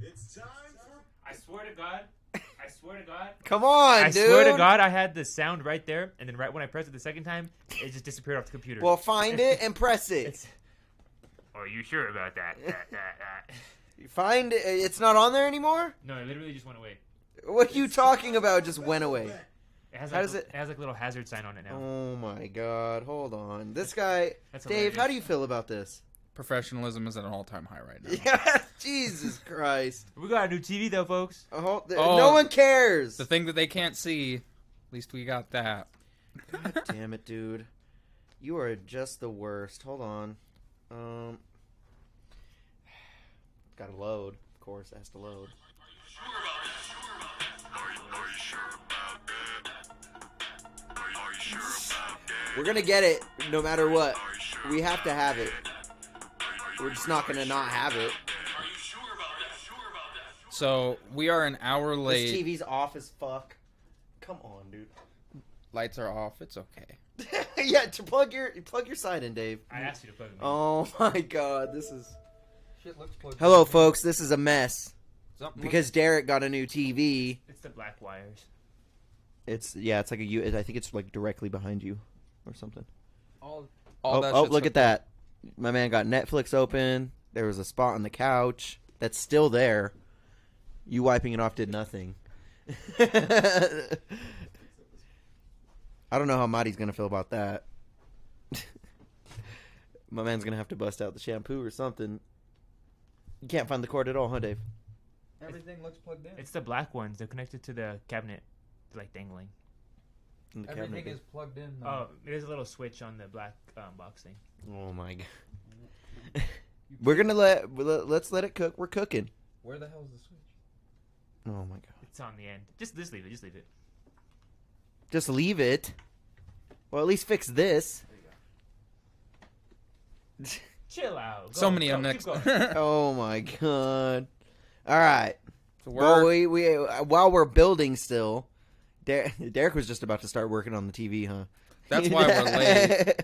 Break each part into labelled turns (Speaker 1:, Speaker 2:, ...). Speaker 1: It's time for
Speaker 2: I swear to God. I swear to God.
Speaker 3: Come on,
Speaker 2: I
Speaker 3: dude.
Speaker 2: swear to God, I had the sound right there, and then right when I pressed it the second time, it just disappeared off the computer.
Speaker 3: Well, find it and press it.
Speaker 2: It's- Are you sure about that? That- that- that.
Speaker 3: Find it. It's not on there anymore.
Speaker 2: No, it literally just went away.
Speaker 3: What are you talking about? Just went away.
Speaker 2: It has,
Speaker 3: How
Speaker 2: like,
Speaker 3: does it-
Speaker 2: it has like a little hazard sign on it now.
Speaker 3: Oh my God. Hold on. This guy,
Speaker 2: That's
Speaker 3: Dave. How
Speaker 2: hilarious.
Speaker 3: do you feel about this?
Speaker 4: Professionalism is at an all-time high right now.
Speaker 3: Yeah. Jesus Christ.
Speaker 2: We got a new TV though, folks.
Speaker 3: A whole- th-
Speaker 4: Oh.
Speaker 3: no one cares.
Speaker 4: The thing that they can't see, at least we got that.
Speaker 3: Damn it, dude. You are just the worst. Hold on. Um. Gotta load. Of course, it has to load. We're gonna get it no matter what. We have to have it. We're just not gonna not have it.
Speaker 4: So we are an hour
Speaker 3: This
Speaker 4: late.
Speaker 3: TV's off as fuck. Come on, dude.
Speaker 4: Lights are off. It's okay.
Speaker 3: yeah, to plug your plug your side in, Dave.
Speaker 2: I asked you to plug it. in.
Speaker 3: Oh my god, this is
Speaker 4: Shit looks plugged.
Speaker 3: Hello folks, this is a mess. Because Derek got a new TV.
Speaker 2: It's the black wires.
Speaker 3: It's yeah, it's like a U I think it's like directly behind you or something.
Speaker 4: all,
Speaker 3: oh, oh look at that. My man got Netflix open. There was a spot on the couch that's still there. You wiping it off did nothing. I don't know how Marty's gonna feel about that. My man's gonna have to bust out the shampoo or something. You can't find the cord at all, huh, Dave?
Speaker 4: Everything looks plugged in.
Speaker 2: It's the black ones. They're connected to the cabinet, They're, like dangling.
Speaker 3: In the cabinet, Dave.
Speaker 4: plugged in.
Speaker 2: Oh, there's a little switch on the black um, box thing.
Speaker 3: Oh my god. We're gonna let let- let's let it cook. We're cooking.
Speaker 4: Where the hell is the switch?
Speaker 3: Oh my god.
Speaker 2: It's on the end. Just just leave it. Just leave it.
Speaker 3: Just leave it. Well, at least fix this.
Speaker 2: Chill out.
Speaker 4: So many
Speaker 2: go,
Speaker 4: on next.
Speaker 2: keep going.
Speaker 3: oh my god. All right.
Speaker 4: So
Speaker 3: Well,
Speaker 4: we're-
Speaker 3: we we uh, while we're building still, Der- Derek was just about to start working on the TV, huh?
Speaker 4: That's why we're late.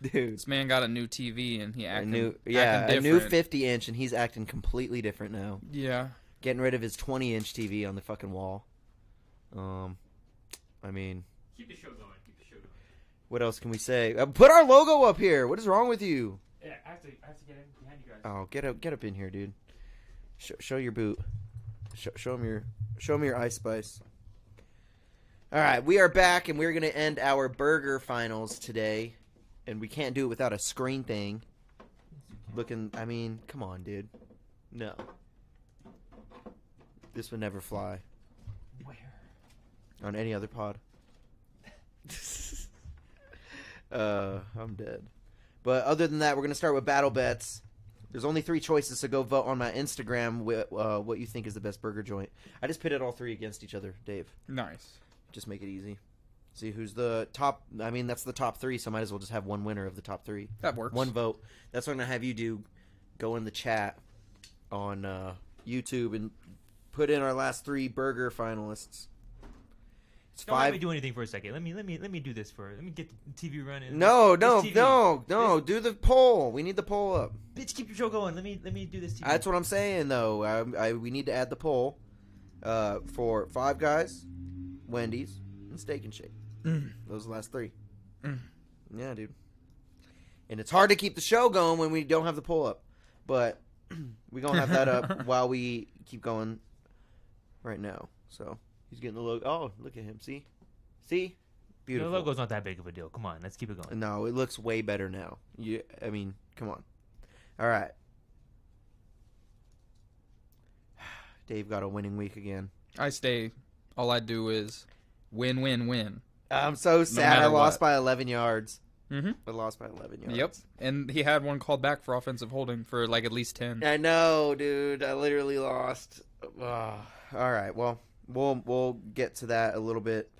Speaker 3: dude.
Speaker 4: This man got a new TV and he
Speaker 3: A
Speaker 4: acting,
Speaker 3: new yeah,
Speaker 4: acting
Speaker 3: a new
Speaker 4: different.
Speaker 3: 50 inch, and he's acting completely different now.
Speaker 4: Yeah,
Speaker 3: Getting rid of his 20 inch TV on the fucking wall. Um, I mean,
Speaker 2: Keep the show going. Keep the show going.
Speaker 3: what else can we say? Uh, put our logo up here. What is wrong with you?
Speaker 2: Yeah, I have to. I have to get in behind you guys.
Speaker 3: Oh, get up, get up in here, dude. Sh- show your boot. Sh- show him your, show him your ice spice. All right, we are back, and we're gonna end our burger finals today, and we can't do it without a screen thing. Looking, I mean, come on, dude. No, this would never fly
Speaker 2: Where?
Speaker 3: on any other pod. uh, I'm dead. But other than that, we're gonna start with battle bets. There's only three choices, so go vote on my Instagram with uh, what you think is the best burger joint. I just pitted all three against each other, Dave.
Speaker 4: nice.
Speaker 3: Just make it easy. See who's the top. I mean, that's the top three, so might as well just have one winner of the top three.
Speaker 4: That works.
Speaker 3: One vote. That's what I'm gonna have you do. Go in the chat on uh, YouTube and put in our last three burger finalists. It's
Speaker 2: Don't let me
Speaker 3: five.
Speaker 2: do anything for a second. Let me let me let me do this for. Let me get the TV running.
Speaker 3: No,
Speaker 2: This
Speaker 3: no,
Speaker 2: TV.
Speaker 3: no, no. Do the poll. We need the poll up.
Speaker 2: Bitch, keep your show going. Let me let me do this TV.
Speaker 3: That's what I'm saying, though. I, I, we need to add the poll uh, for Five Guys, Wendy's, and Steak and Shake. Those are the last three.
Speaker 4: Mm.
Speaker 3: Yeah, dude. And it's hard to keep the show going when we don't have the poll up, but we're gonna have that up while we keep going right now. So he's getting the logo. Oh, look at him. See, see, beautiful.
Speaker 2: The logo's not that big of a deal. Come on, let's keep it going.
Speaker 3: No, it looks way better now. You, I mean, come on. All right. Dave got a winning week again.
Speaker 4: I stay. All I do is win, win, win.
Speaker 3: I'm so sad. I
Speaker 4: matter
Speaker 3: lost
Speaker 4: what.
Speaker 3: by 11 yards.
Speaker 4: Mhm.
Speaker 3: I lost by 11 yards.
Speaker 4: Yep. And he had one called back for offensive holding for like at least ten.
Speaker 3: I know, dude. I literally lost. Ugh. All right. Well, we'll we'll get to that a little bit,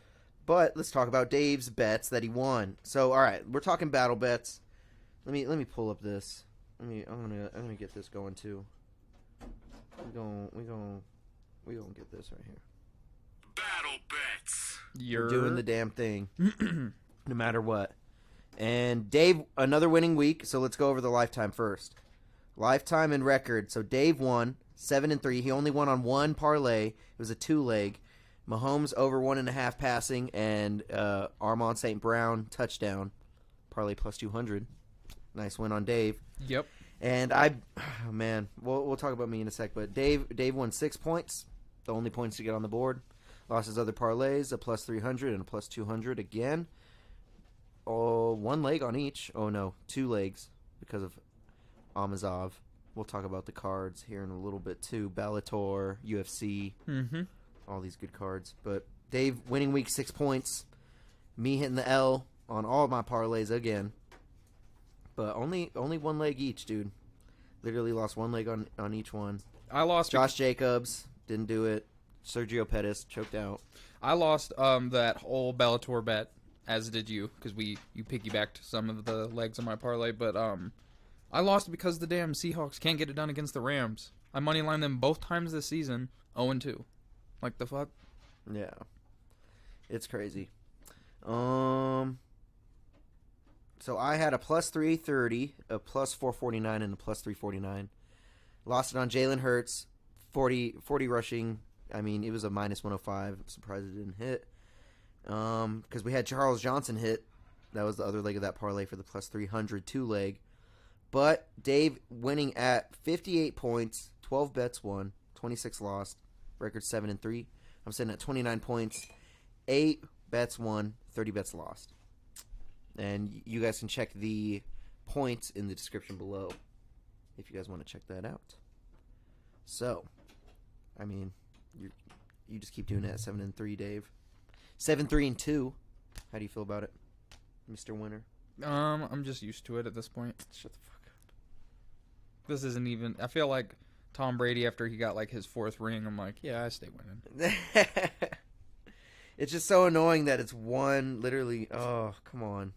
Speaker 3: but let's talk about Dave's bets that he won. So, all right, we're talking battle bets. Let me let me pull up this. Let me. I'm gonna I'm gonna get this going too. We gonna we gonna we gonna get this right here.
Speaker 1: battle bets.
Speaker 4: You're
Speaker 3: We're doing the damn thing, no matter what. And Dave, another winning week. So let's go over the lifetime first. Lifetime and record. So Dave won seven and three. He only won on one parlay. It was a two leg. Mahomes over one and a half passing, and uh, Armand St. Brown touchdown. Parlay plus two hundred. Nice win on Dave.
Speaker 4: Yep.
Speaker 3: And I, oh man, we'll, we'll talk about me in a sec. But Dave, Dave won six points, the only points to get on the board. Lost his other parlays, a plus three hundred and a plus two hundred again. Oh, one leg on each. Oh no, two legs because of Amazov. We'll talk about the cards here in a little bit too. Bellator, UFC,
Speaker 4: Mm-hmm.
Speaker 3: all these good cards. But Dave winning week six points, me hitting the L on all my parlays again. But only only one leg each, dude. Literally lost one leg on on each one.
Speaker 4: I lost.
Speaker 3: Josh Jacobs didn't do it. Sergio Pettis choked out.
Speaker 4: I lost um that whole Bellator bet, as did you, because we you piggybacked some of the legs on my parlay. But um, I lost because the damn Seahawks can't get it done against the Rams. I moneylined them both times this season, zero and two. Like the fuck.
Speaker 3: Yeah, it's crazy. Um, so I had a plus three thirty, a plus four forty nine, and a plus three forty nine. Lost it on Jalen Hurts, 40, 40 rushing. I mean, it was a minus one hundred five. I'm surprised it didn't hit. Um, because we had Charles Johnson hit. That was the other leg of that parlay for the plus 300 two leg. But Dave winning at 58 points, 12 bets won, 26 lost, record 7 and 3. I'm sitting at 29 points, 8 bets won, 30 bets lost. And you guys can check the points in the description below if you guys want to check that out. So, I mean, you you just keep doing it at 7 and 3, Dave. 7 3 and 2. How do you feel about it, Mr. Winner?
Speaker 4: Um, I'm just used to it at this point.
Speaker 3: Shut the fuck up.
Speaker 4: This isn't even. I feel like Tom Brady after he got like his fourth ring. I'm like, yeah, I stay winning.
Speaker 3: it's just so annoying that it's one literally oh come on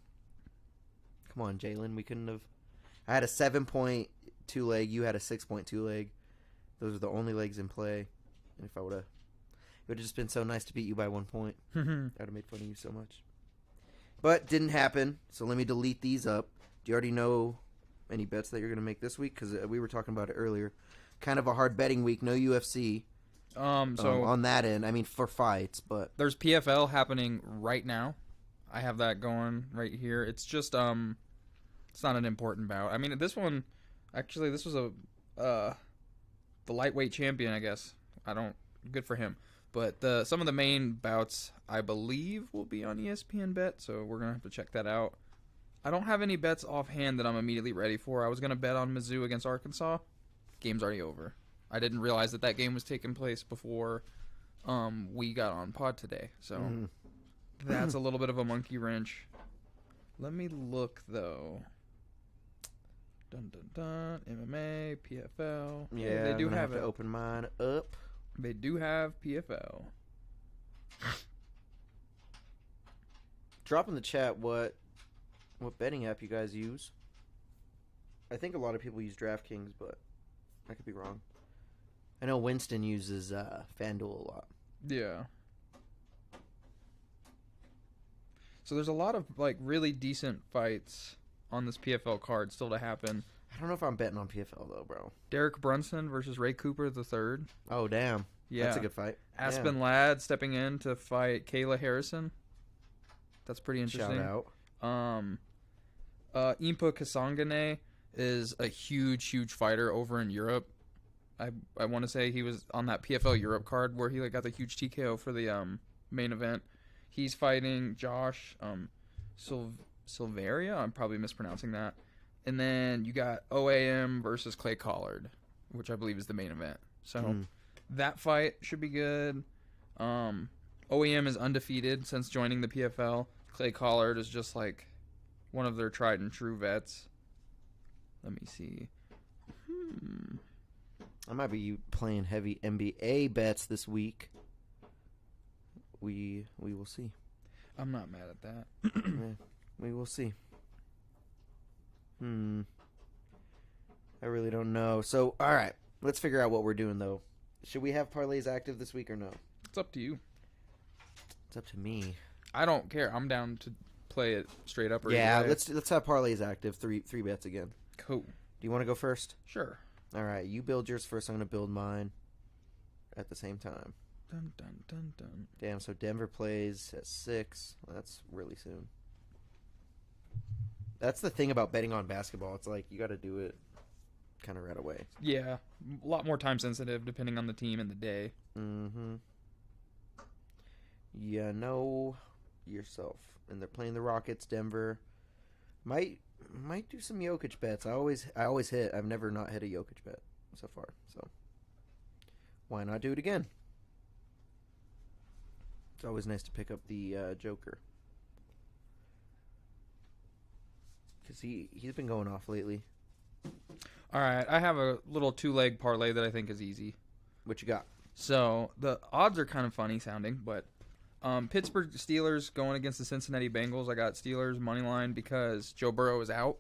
Speaker 3: come on jalen we couldn't have i had a 7.2 leg you had a 6.2 leg those are the only legs in play and if i would have it would have just been so nice to beat you by one point I would have made fun of you so much. But didn't happen. So let me delete these up. Do you already know any bets that you're going to make this week? Because we were talking about it earlier. Kind of a hard betting week. No UFC
Speaker 4: um,
Speaker 3: um,
Speaker 4: so
Speaker 3: on that end. I mean, for fights, but
Speaker 4: there's PFL happening right now. I have that going right here. It's just um, it's not an important bout. I mean, this one, actually, this was a uh, the lightweight champion, I guess. I don't. Good for him. But the some of the main bouts, I believe, will be on E ESPN Bet. So we're gonna have to check that out. I don't have any bets offhand that I'm immediately ready for. I was gonna bet on Mizzou against Arkansas. Game's already over. I didn't realize that that game was taking place before um, we got on pod today. So
Speaker 3: Mhm.
Speaker 4: that's a little bit of a monkey wrench. Let me look though. Dun dun dun. MMA, PFL.
Speaker 3: yeah,
Speaker 4: they
Speaker 3: I'm
Speaker 4: do
Speaker 3: gonna
Speaker 4: have,
Speaker 3: to
Speaker 4: it.
Speaker 3: open mine up.
Speaker 4: They do have PFL.
Speaker 3: Drop in the chat what what betting app you guys use. I think a lot of people use DraftKings, but I could be wrong. I know Winston uses uh, FanDuel a lot.
Speaker 4: Yeah. So there's a lot of like really decent fights on this PFL card still to happen.
Speaker 3: I don't know if I'm betting on PFL though, bro.
Speaker 4: Derek Brunson versus Ray Cooper the third.
Speaker 3: Oh damn.
Speaker 4: Yeah.
Speaker 3: That's a good fight.
Speaker 4: Aspen Ladd stepping in to fight Kayla Harrison. That's pretty
Speaker 3: Shout
Speaker 4: interesting.
Speaker 3: out.
Speaker 4: Um, uh, Impa Kasangane is a huge, huge fighter over in Europe. I I want to say he was on that PFL Europe card where he like got the huge TKO for the um main event. He's fighting Josh um Sil- Silveria. I'm probably mispronouncing that. And then you got OAM versus Clay Collard, which I believe is the main event. So
Speaker 3: Hmm.
Speaker 4: that fight should be good. Um, OEM is undefeated since joining the PFL. Clay Collard is just like one of their tried and true vets. Let me see. Hmm.
Speaker 3: I might be you playing heavy NBA bets this week. We we will see.
Speaker 4: I'm not mad at that.
Speaker 3: Eh, We will see. Hmm. I really don't know. So all right, let's figure out what we're doing though. Should we have parlays active this week or no?
Speaker 4: It's up to you.
Speaker 3: It's up to me.
Speaker 4: I don't care. I'm down to play it straight up. Or either
Speaker 3: yeah,
Speaker 4: way.
Speaker 3: let's let's have parlays active. Three three bets again.
Speaker 4: cool.
Speaker 3: Do you want to go first?
Speaker 4: Sure.
Speaker 3: All right, you build yours first. I'm going to build mine at the same time.
Speaker 4: Dun dun dun dun.
Speaker 3: Damn, so Denver plays at 6. Well, that's really soon. That's the thing about betting on basketball. It's like you got to do it kind of right away.
Speaker 4: Yeah, a lot more time sensitive depending on the team and the day.
Speaker 3: Mm-hmm. You know yourself. And they're playing the Rockets, Denver. Might might do some Jokic bets. I always I always hit. I've never not hit a Jokic bet so far. So why not do it again? It's always nice to pick up the uh, Joker. Cause he he's been going off lately.
Speaker 4: All right, I have a little two leg parlay that I think is easy.
Speaker 3: What you got?
Speaker 4: So the odds are kind of funny sounding, but um, Pittsburgh Steelers going against the Cincinnati Bengals. I got Steelers money line because Joe Burrow is out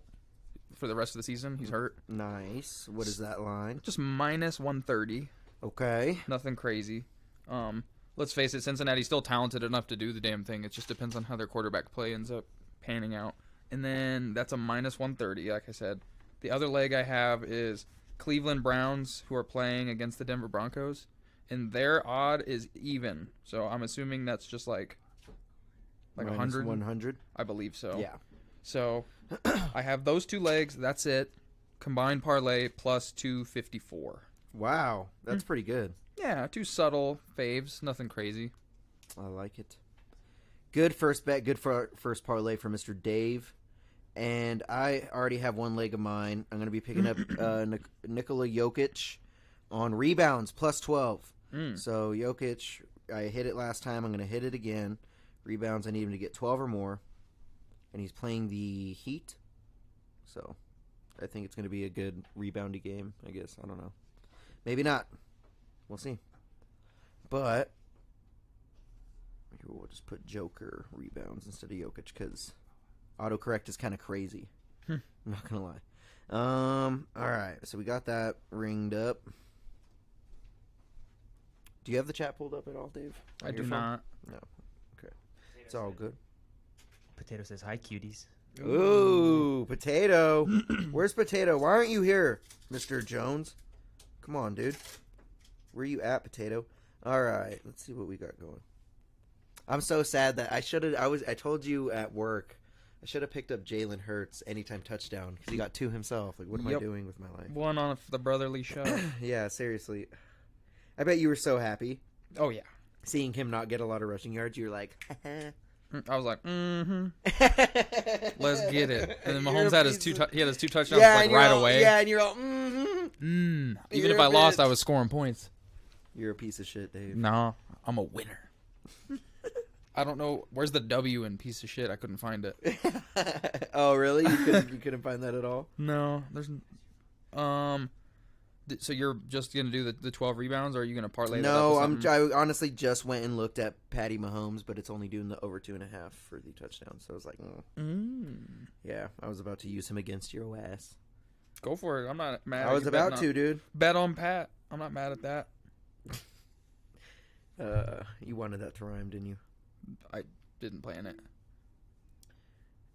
Speaker 4: for the rest of the season. He's hurt.
Speaker 3: Nice. What is that line?
Speaker 4: Just minus one thirty.
Speaker 3: Okay.
Speaker 4: Nothing crazy. Um, let's face it, Cincinnati's still talented enough to do the damn thing. It just depends on how their quarterback play ends up panning out. And then that's a minus 130, like I said. The other leg I have is Cleveland Browns, who are playing against the Denver Broncos, and their odd is even. So I'm assuming that's just like like a Oh.
Speaker 3: Minus
Speaker 4: 100,
Speaker 3: 100.
Speaker 4: I believe so.
Speaker 3: Yeah.
Speaker 4: So I have those two legs. That's it. Combined parlay plus 254.
Speaker 3: Wow, that's pretty good.
Speaker 4: Yeah, two subtle faves, nothing crazy.
Speaker 3: I like it. Good first bet, good for first parlay for Mr. Dave. And I already have one leg of mine. I'm going to be picking up uh, Nik- Nikola Jokic on rebounds plus 12.
Speaker 4: Mm.
Speaker 3: So Jokic, I hit it last time. I'm going to hit it again. Rebounds, I need him to get 12 or more. And he's playing the Heat. So I think it's going to be a good reboundy game, I guess. I don't know. Maybe not. We'll see. But here, we'll just put Joker rebounds instead of Jokic because autocorrect is kind of crazy. I'm not gonna lie. Um, all right, so we got that ringed up. Do you have the chat pulled up at all, Dave? On
Speaker 4: I
Speaker 3: your
Speaker 4: do
Speaker 3: phone?
Speaker 4: not.
Speaker 3: It's all good.
Speaker 2: Potato says hi, cuties.
Speaker 3: Ooh, potato. Where's potato? Why aren't you here, Mister Jones? Come on, dude. Where you at, potato? All right, let's see what we got going. I'm so sad that I should have. I was. I told you at work. I should have picked up Jalen Hurts anytime touchdown because he got two himself. Like, what am I
Speaker 4: Yep.
Speaker 3: doing with my life?
Speaker 4: One on the brotherly show.
Speaker 3: yeah, seriously. I bet you were so happy
Speaker 4: oh yeah.
Speaker 3: seeing him not get a lot of rushing yards. You're like,
Speaker 4: Mm, I was like, mm-hmm.
Speaker 3: let's
Speaker 4: Let's get it. And then Mahomes had his two. tou he had his two touchdowns
Speaker 3: yeah,
Speaker 4: like
Speaker 3: and you're
Speaker 4: right
Speaker 3: all-
Speaker 4: away.
Speaker 3: Yeah, and you're all. Mm-hmm.
Speaker 4: Mm. Even
Speaker 3: You're
Speaker 4: if
Speaker 3: a
Speaker 4: I lost, I
Speaker 3: bitch.
Speaker 4: was scoring points.
Speaker 3: You're a piece of shit, Dave.
Speaker 4: Nah, I'm a winner. I don't know where's the W in piece of shit. I couldn't find it.
Speaker 3: oh, really? You couldn't, you couldn't find that at all?
Speaker 4: No, there's. n- Um, d- so you're just gonna do the, the 12 rebounds, or are you gonna parlay? that up
Speaker 3: No,
Speaker 4: with
Speaker 3: I'm.
Speaker 4: something?
Speaker 3: I honestly just went and looked at Patty Mahomes, but it's only doing the over two and a half for the touchdown. So I was like, mm,
Speaker 4: Mm.
Speaker 3: yeah, I was about to use him against your ass.
Speaker 4: Go for it. I'm not mad.
Speaker 3: I
Speaker 4: at
Speaker 3: was
Speaker 4: you betting
Speaker 3: about
Speaker 4: on-
Speaker 3: to, dude.
Speaker 4: Bet on Pat. I'm not mad at that.
Speaker 3: Uh, you wanted that to rhyme, didn't you?
Speaker 4: I didn't plan it.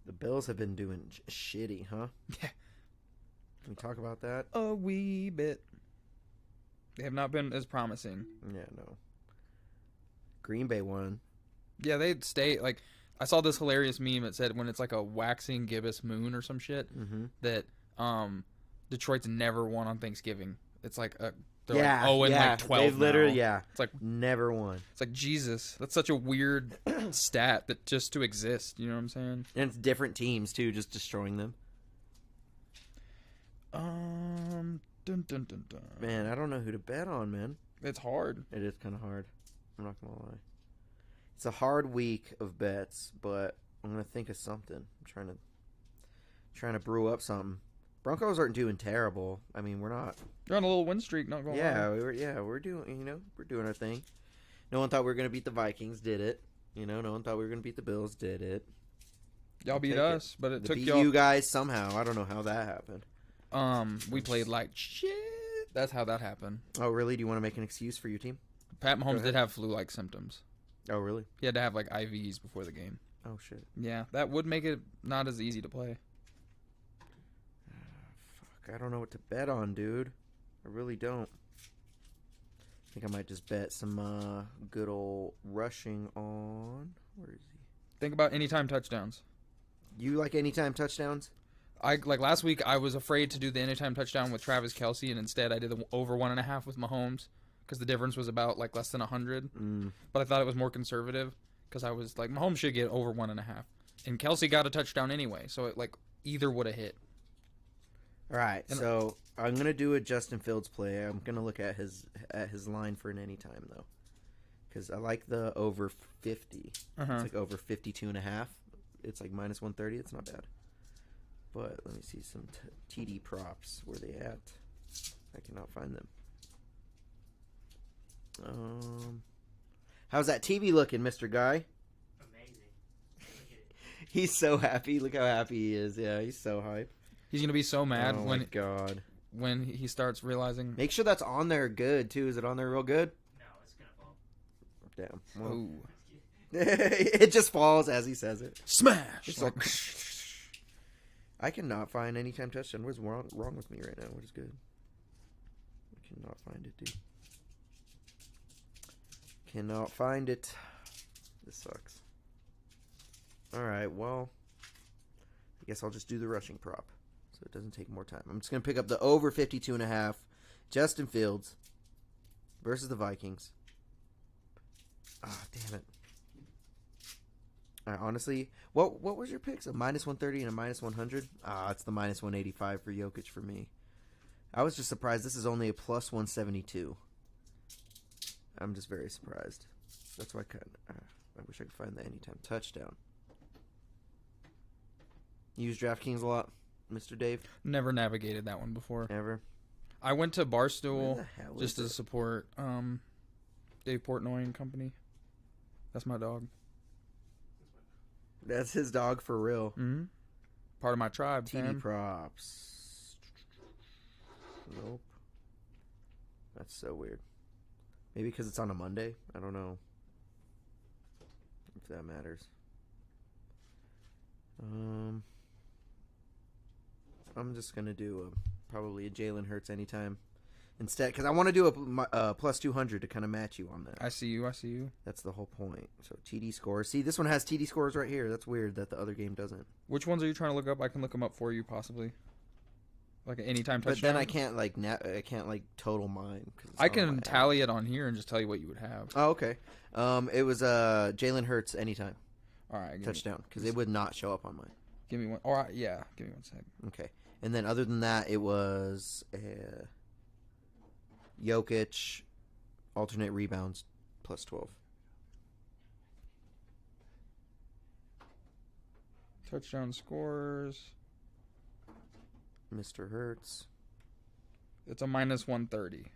Speaker 3: The Bills have been doing sh- shitty, huh?
Speaker 4: Yeah.
Speaker 3: Can we talk about that?
Speaker 4: A wee bit. They have not been as promising.
Speaker 3: Yeah, no. Green Bay won.
Speaker 4: Yeah, they stay like I saw this hilarious meme that said when it's like a waxing gibbous moon or some shit
Speaker 3: Mm-hmm.
Speaker 4: that um Detroit's never won on Thanksgiving. It's like a they're
Speaker 3: yeah,
Speaker 4: like oh and
Speaker 3: yeah.
Speaker 4: like twelve.
Speaker 3: They've literally,
Speaker 4: now.
Speaker 3: yeah,
Speaker 4: It's like
Speaker 3: never won.
Speaker 4: it's like Jesus. That's such a weird stat that just to exist. You know what I'm saying?
Speaker 3: And it's different teams too, just destroying them.
Speaker 4: Um, dun dun dun dun.
Speaker 3: Man, I don't know who to bet on, man.
Speaker 4: It's hard.
Speaker 3: It is kind of hard. I'm not gonna lie. It's a hard week of bets, but I'm gonna think of something. I'm trying to trying to brew up something. Broncos aren't doing terrible. I mean, we're not.
Speaker 4: They're on a little win streak. Not going.
Speaker 3: Yeah, we were. Yeah, we're doing. You know, we're doing our thing. No one thought we were gonna beat the Vikings. Did it? You know, no one thought we were gonna beat the Bills. Did it?
Speaker 4: y'all
Speaker 3: I'll
Speaker 4: beat
Speaker 3: take it.
Speaker 4: us, but it
Speaker 3: The
Speaker 4: took
Speaker 3: BU
Speaker 4: y'all
Speaker 3: guys somehow. I don't know how that happened.
Speaker 4: Um, we played like shit. That's how that happened.
Speaker 3: Oh, really? Do you want to make an excuse for your team?
Speaker 4: Pat Mahomes
Speaker 3: ahead.
Speaker 4: did have flu-like symptoms.
Speaker 3: Oh, really?
Speaker 4: He had to have like IVs before the game.
Speaker 3: Oh shit.
Speaker 4: Yeah, that would make it not as easy to play.
Speaker 3: Fuck. I don't know what to bet on, dude. I really don't. I think I might just bet some uh, good old rushing on. Where is he?
Speaker 4: Think about anytime touchdowns.
Speaker 3: You like anytime touchdowns?
Speaker 4: I like last week. I was afraid to do the anytime touchdown with Travis Kelsey, and instead I did the over one and a half with Mahomes because the difference was about like less than hundred.
Speaker 3: Mm.
Speaker 4: But I thought it was more conservative because I was like Mahomes should get over one and a half, and Kelsey got a touchdown anyway, so it like either would have hit.
Speaker 3: All right,
Speaker 4: And-
Speaker 3: so I'm gonna do a Justin Fields play. I'm gonna look at his at his line for an anytime though, because I like the over 50.
Speaker 4: Uh-huh.
Speaker 3: It's like over 52 and a half. It's like minus 130. It's not bad. But let me see some t- TD props. Where they at? I cannot find them. Um, how's that TV looking, Mister Guy?
Speaker 1: Amazing.
Speaker 3: He's so happy. Look how happy he is. Yeah, he's so hype.
Speaker 4: He's gonna be so mad
Speaker 3: oh
Speaker 4: when
Speaker 3: my god!
Speaker 4: when he starts realizing.
Speaker 3: Make sure that's on there good too. Is it on there real good?
Speaker 1: No, it's gonna fall.
Speaker 3: Damn. Well,
Speaker 4: Ooh.
Speaker 3: it just falls as he says it.
Speaker 4: Smash!
Speaker 3: It's like, I cannot find any time touchdown. What is wrong, wrong with me right now? What is good? I cannot find it, dude. Cannot find it. This sucks. Alright, well, I guess I'll just do the rushing prop so it doesn't take more time. I'm just going to pick up the over 52 and a half. Justin Fields versus the Vikings. Ah, damn it. All right, honestly, what what was your picks? A minus one thirty and a minus one hundred. Ah, it's the minus one eighty five for Jokic for me. I was just surprised. This is only a plus one seventy two. I'm just very surprised. That's why I could Uh, I wish I could find the anytime touchdown. You use DraftKings a lot, Mister Dave.
Speaker 4: Never navigated that one before.
Speaker 3: Ever?
Speaker 4: I went to
Speaker 3: Where
Speaker 4: Barstool
Speaker 3: the hell
Speaker 4: just
Speaker 3: is
Speaker 4: to
Speaker 3: it?
Speaker 4: support um, Dave Portnoy and company. That's my dog.
Speaker 3: That's his dog for real.
Speaker 4: Mm-hmm. Part of my tribe,
Speaker 3: TV
Speaker 4: fam.
Speaker 3: props. Nope. That's so weird. Maybe because it's on a Monday. I don't know if that matters. Um, I'm just gonna do a, probably a Jalen Hurts anytime instead because I want to do a, p- my- uh plus 200 to kind of match you on that.
Speaker 4: I see you. I see you.
Speaker 3: That's the whole point. So TD scores. See, this one has TD scores right here. That's weird that the other game doesn't.
Speaker 4: Which ones are you trying to look up? I can look them up for you, possibly. Like at any time touchdown.
Speaker 3: But then I can't like na- I can't like total mine. 'cause it's
Speaker 4: I
Speaker 3: not on my
Speaker 4: can
Speaker 3: app.
Speaker 4: tally it on here and just tell you what you would have.
Speaker 3: Oh, okay. Um, it was uh Jalen Hurts anytime
Speaker 4: All right, give Me,
Speaker 3: touchdown because it would not show up on mine.
Speaker 4: give me one. All right, yeah, give me one sec.
Speaker 3: Okay, and then other than that, it was uh, Jokic alternate rebounds plus twelve.
Speaker 4: Touchdown scores.
Speaker 3: Mr. Hurts.
Speaker 4: It's a minus one thirty.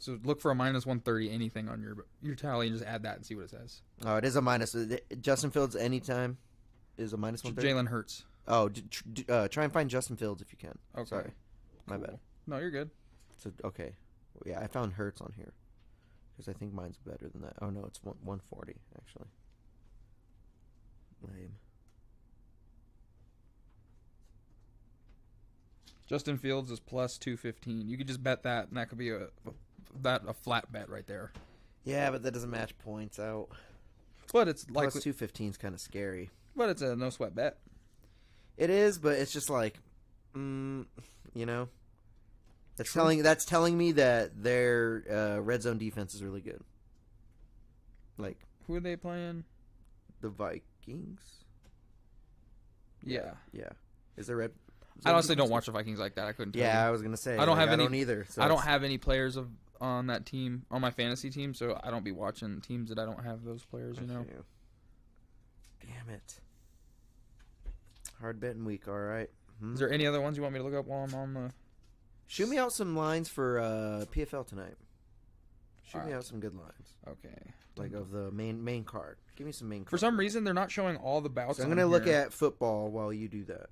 Speaker 4: So look for a minus one thirty anything on your your tally and just add that and see what it says.
Speaker 3: Oh, it is a minus. uh, Justin Fields anytime is a minus
Speaker 4: J-
Speaker 3: one thirty.
Speaker 4: Jalen Hurts.
Speaker 3: Oh, d- tr- d- uh, try and find Justin Fields if you can.
Speaker 4: Okay.
Speaker 3: Sorry, my
Speaker 4: Cool.
Speaker 3: bad.
Speaker 4: No, you're good.
Speaker 3: So okay, Well, yeah, I found Hertz on here because I think mine's better than that. Oh no, it's one one forty actually. Lame.
Speaker 4: Justin Fields is plus two fifteen. You could just bet that, and that could be a that a flat bet right there.
Speaker 3: Yeah, but that doesn't match points out.
Speaker 4: But it's
Speaker 3: Plus
Speaker 4: like,
Speaker 3: two fifteen is kind of scary.
Speaker 4: but it's a no sweat bet.
Speaker 3: It is, but it's just like, mm, you know, that's telling that's telling me that their uh, red zone defense is really good. Like
Speaker 4: Who are they playing?
Speaker 3: the Vikings.
Speaker 4: Yeah,
Speaker 3: Yeah, is there red?
Speaker 4: I
Speaker 3: zone
Speaker 4: honestly don't
Speaker 3: defense?
Speaker 4: watch the Vikings like that. I couldn't. Tell
Speaker 3: Yeah,
Speaker 4: you.
Speaker 3: I was gonna say
Speaker 4: I don't
Speaker 3: like,
Speaker 4: have any-
Speaker 3: I don't either. So
Speaker 4: I
Speaker 3: it's-
Speaker 4: don't have any players of on that team on my fantasy team, so I don't be watching teams that I don't have those players. You
Speaker 3: I
Speaker 4: know,
Speaker 3: feel you. Damn it. Hard betting week, all right. Hmm.
Speaker 4: is there any other ones you want me to look up while I'm on the?
Speaker 3: Shoot me out some lines for uh, PFL tonight. Shoot me
Speaker 4: Alright.
Speaker 3: out some good lines,
Speaker 4: Okay.
Speaker 3: like of the main main card. Give me some main. Card.
Speaker 4: Mm. For some reason, they're not showing all the bouts.
Speaker 3: so I'm
Speaker 4: on
Speaker 3: gonna look
Speaker 4: here.
Speaker 3: at football while you do that,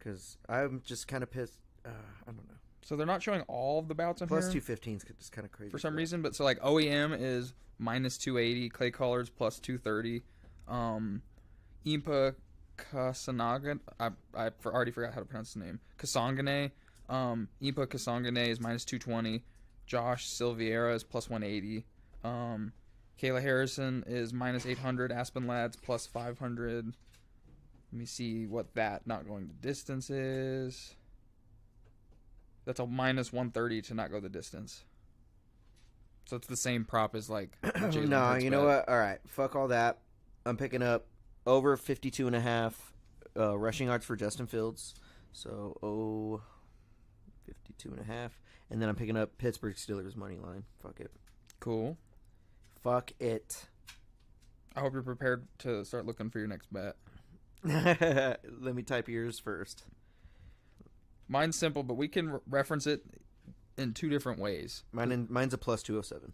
Speaker 3: because I'm just kind of pissed. Uh, I don't know.
Speaker 4: So they're not showing all of the bouts on
Speaker 3: Plus
Speaker 4: here
Speaker 3: two fifteen is just kind of crazy.
Speaker 4: for some
Speaker 3: me.
Speaker 4: reason. But so like OEM is minus two eighty, Clay Collars plus two thirty, um, Impa Kasanaga. I I for, already forgot how to pronounce his name. Kasangane Um, Ipa Kasangane is minus 220. Josh Silviera is plus 180. Um, Kayla Harrison is minus 800. Aspen Lads plus 500. Let me see what that not going the distance is. That's a minus 130 to not go the distance. So it's the same prop as like. the Jalen
Speaker 3: no,
Speaker 4: Hurts
Speaker 3: you know
Speaker 4: bet.
Speaker 3: what? All right, fuck all that. I'm picking up over 52 and a half uh, rushing yards for Justin Fields. So, oh, 52 and a half. And then I'm picking up Pittsburgh Steelers money line. Fuck it.
Speaker 4: Cool.
Speaker 3: Fuck it.
Speaker 4: I hope you're prepared to start looking for your next bet.
Speaker 3: Let me type yours first.
Speaker 4: Mine's simple, but we can re- reference it in two different ways.
Speaker 3: Mine in, mine's a plus 207.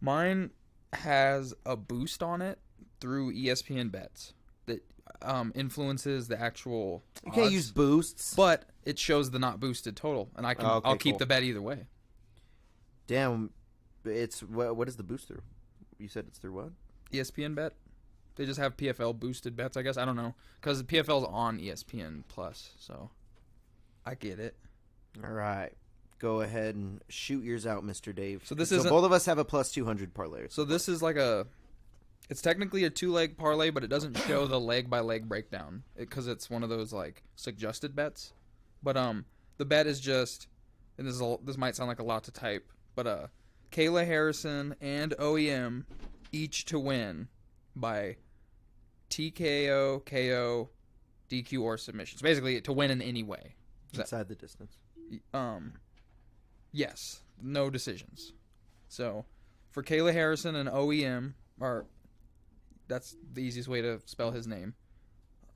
Speaker 4: Mine has a boost on it through E ESPN bets that um, influences the actual.
Speaker 3: You can't
Speaker 4: odds,
Speaker 3: use boosts.
Speaker 4: but it shows the not boosted total, and I can
Speaker 3: Oh, Okay,
Speaker 4: I'll keep
Speaker 3: cool.
Speaker 4: the bet either way.
Speaker 3: Damn, it's what, what is the boost through? You said it's through what?
Speaker 4: ESPN bet. They just have PFL boosted bets, I guess. I don't know because PFL's on E ESPN Plus, so I get it.
Speaker 3: All right. Go ahead and shoot yours out, Mr. Dave.
Speaker 4: So this
Speaker 3: so
Speaker 4: isn't-
Speaker 3: both of us have a plus 200 parlay.
Speaker 4: So this is like a, it's technically a two leg parlay, but it doesn't show the leg by leg breakdown because it's one of those like suggested bets. But um, the bet is just, and this is a, this might sound like a lot to type, but uh, Kayla Harrison and OEM each to win by TKO, KO, DQ or submissions. Basically, to win in any way. that-
Speaker 3: inside the distance.
Speaker 4: um yes no decisions so for kayla harrison and oem are that's the easiest way to spell his name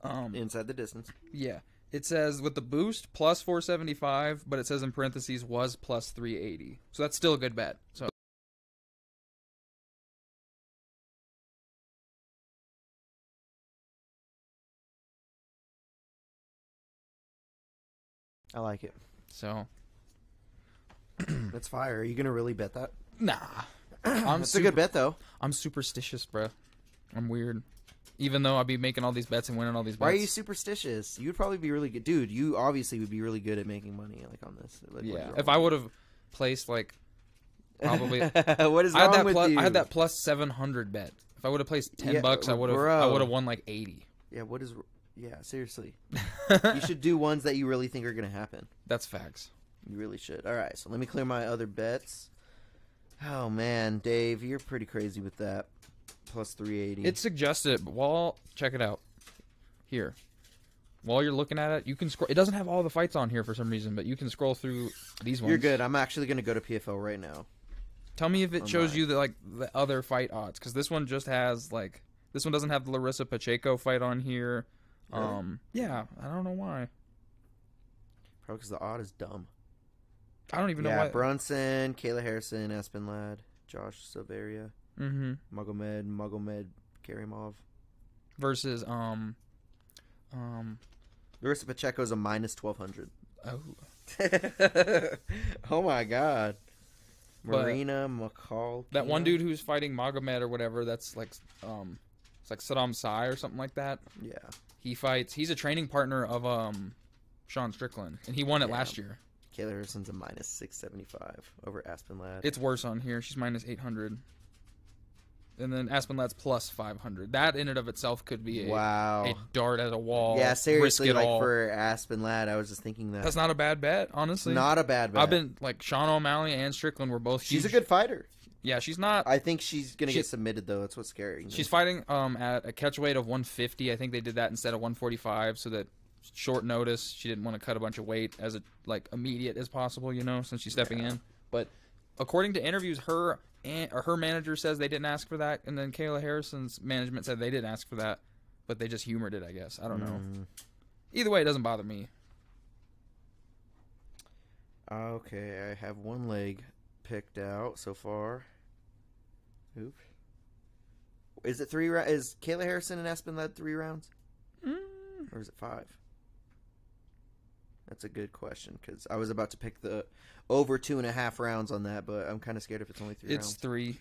Speaker 4: um
Speaker 3: Inside the distance.
Speaker 4: yeah it says with the boost plus 475 but it says in parentheses was plus 380 so that's still a good bet so
Speaker 3: I like it.
Speaker 4: so
Speaker 3: Hmm. That's fire. Are you gonna really bet that?
Speaker 4: nah i'm
Speaker 3: That's
Speaker 4: super,
Speaker 3: a good bet though.
Speaker 4: i'm superstitious bruh i'm weird even though i'll be making all these bets and winning all these bets
Speaker 3: Why are you superstitious? You'd probably be really good, dude. You obviously would be really good at making money, like on this. Like, what is
Speaker 4: yeah
Speaker 3: wrong
Speaker 4: if i
Speaker 3: with
Speaker 4: would have placed like
Speaker 3: you?
Speaker 4: probably-
Speaker 3: what is
Speaker 4: I had
Speaker 3: wrong
Speaker 4: that
Speaker 3: with
Speaker 4: plus.
Speaker 3: you?
Speaker 4: I had that plus seven hundred bet. If I would have placed ten
Speaker 3: Yeah,
Speaker 4: bucks, I would have. I
Speaker 3: bro.
Speaker 4: would have won like eighty.
Speaker 3: Yeah. What is? Yeah. Seriously, you should do ones that you really think are gonna happen.
Speaker 4: That's facts.
Speaker 3: You really should. All right. So let me clear my other bets. Oh man, Dave, you're pretty crazy with that. Plus three eighty.
Speaker 4: It's suggested, but while check it out here, while you're looking at it, you can scroll. It doesn't have all the fights on here for some reason, but you can scroll through these ones.
Speaker 3: you're good. I'm actually gonna go to PFL right now.
Speaker 4: Tell me if it shows
Speaker 3: Online.
Speaker 4: you the like the other fight odds, because this one just has like this one doesn't have the Larissa Pacheco fight on here.
Speaker 3: Really?
Speaker 4: Um, yeah, I don't know why.
Speaker 3: Probably because the odd is dumb.
Speaker 4: I don't even know
Speaker 3: yeah,
Speaker 4: why.
Speaker 3: Brunson, Kayla Harrison, Aspen Ladd, Josh Silveria,
Speaker 4: mm-hmm.
Speaker 3: Magomed, Magomed Karimov.
Speaker 4: Versus um, um.
Speaker 3: Larissa Pacheco is a minus 1200.
Speaker 4: Oh,
Speaker 3: oh my god.
Speaker 4: But-
Speaker 3: Marina McCall.
Speaker 4: That one dude who's fighting Magomed or whatever, that's like um it's like Saddam Sai or something like that.
Speaker 3: Yeah.
Speaker 4: He fights he's a training partner of um Sean Strickland and he won it
Speaker 3: Yeah.
Speaker 4: last year.
Speaker 3: Kayla Harrison's a minus 675 over Aspen Ladd.
Speaker 4: It's worse on here. She's minus eight hundred. And then Aspen Ladd's plus five hundred. That in and of itself could be a,
Speaker 3: wow.
Speaker 4: a dart at a wall.
Speaker 3: yeah,
Speaker 4: risk
Speaker 3: seriously,
Speaker 4: it
Speaker 3: like
Speaker 4: all.
Speaker 3: for Aspen Ladd, I was just thinking that.
Speaker 4: that's not a bad bet, honestly.
Speaker 3: not a bad bet.
Speaker 4: I've been like Sean O'Malley and Strickland were both
Speaker 3: she's a
Speaker 4: huge-
Speaker 3: good fighter.
Speaker 4: Yeah, she's not
Speaker 3: I think she's going to
Speaker 4: She-
Speaker 3: get submitted, though. That's what's scary.
Speaker 4: She's fighting um at a catch weight of 150. I think they did that instead of 145 so that short notice she didn't want to cut a bunch of weight as a, like immediate as possible, you know, since she's stepping in. But according to interviews, her and or her manager says they didn't ask for that, and then Kayla Harrison's management said they didn't ask for that, but they just humored it. I guess I don't know.
Speaker 3: Mm.
Speaker 4: Either way, it doesn't bother me.
Speaker 3: Okay, I have one leg picked out so far. Oop. Is it three? Ra- is Kayla Harrison and Aspen led three rounds,
Speaker 4: Mm.
Speaker 3: or is it five? That's a good question because I was about to pick the over two and a half rounds on that, but I'm kind of scared if it's only three
Speaker 4: It's
Speaker 3: rounds.
Speaker 4: three,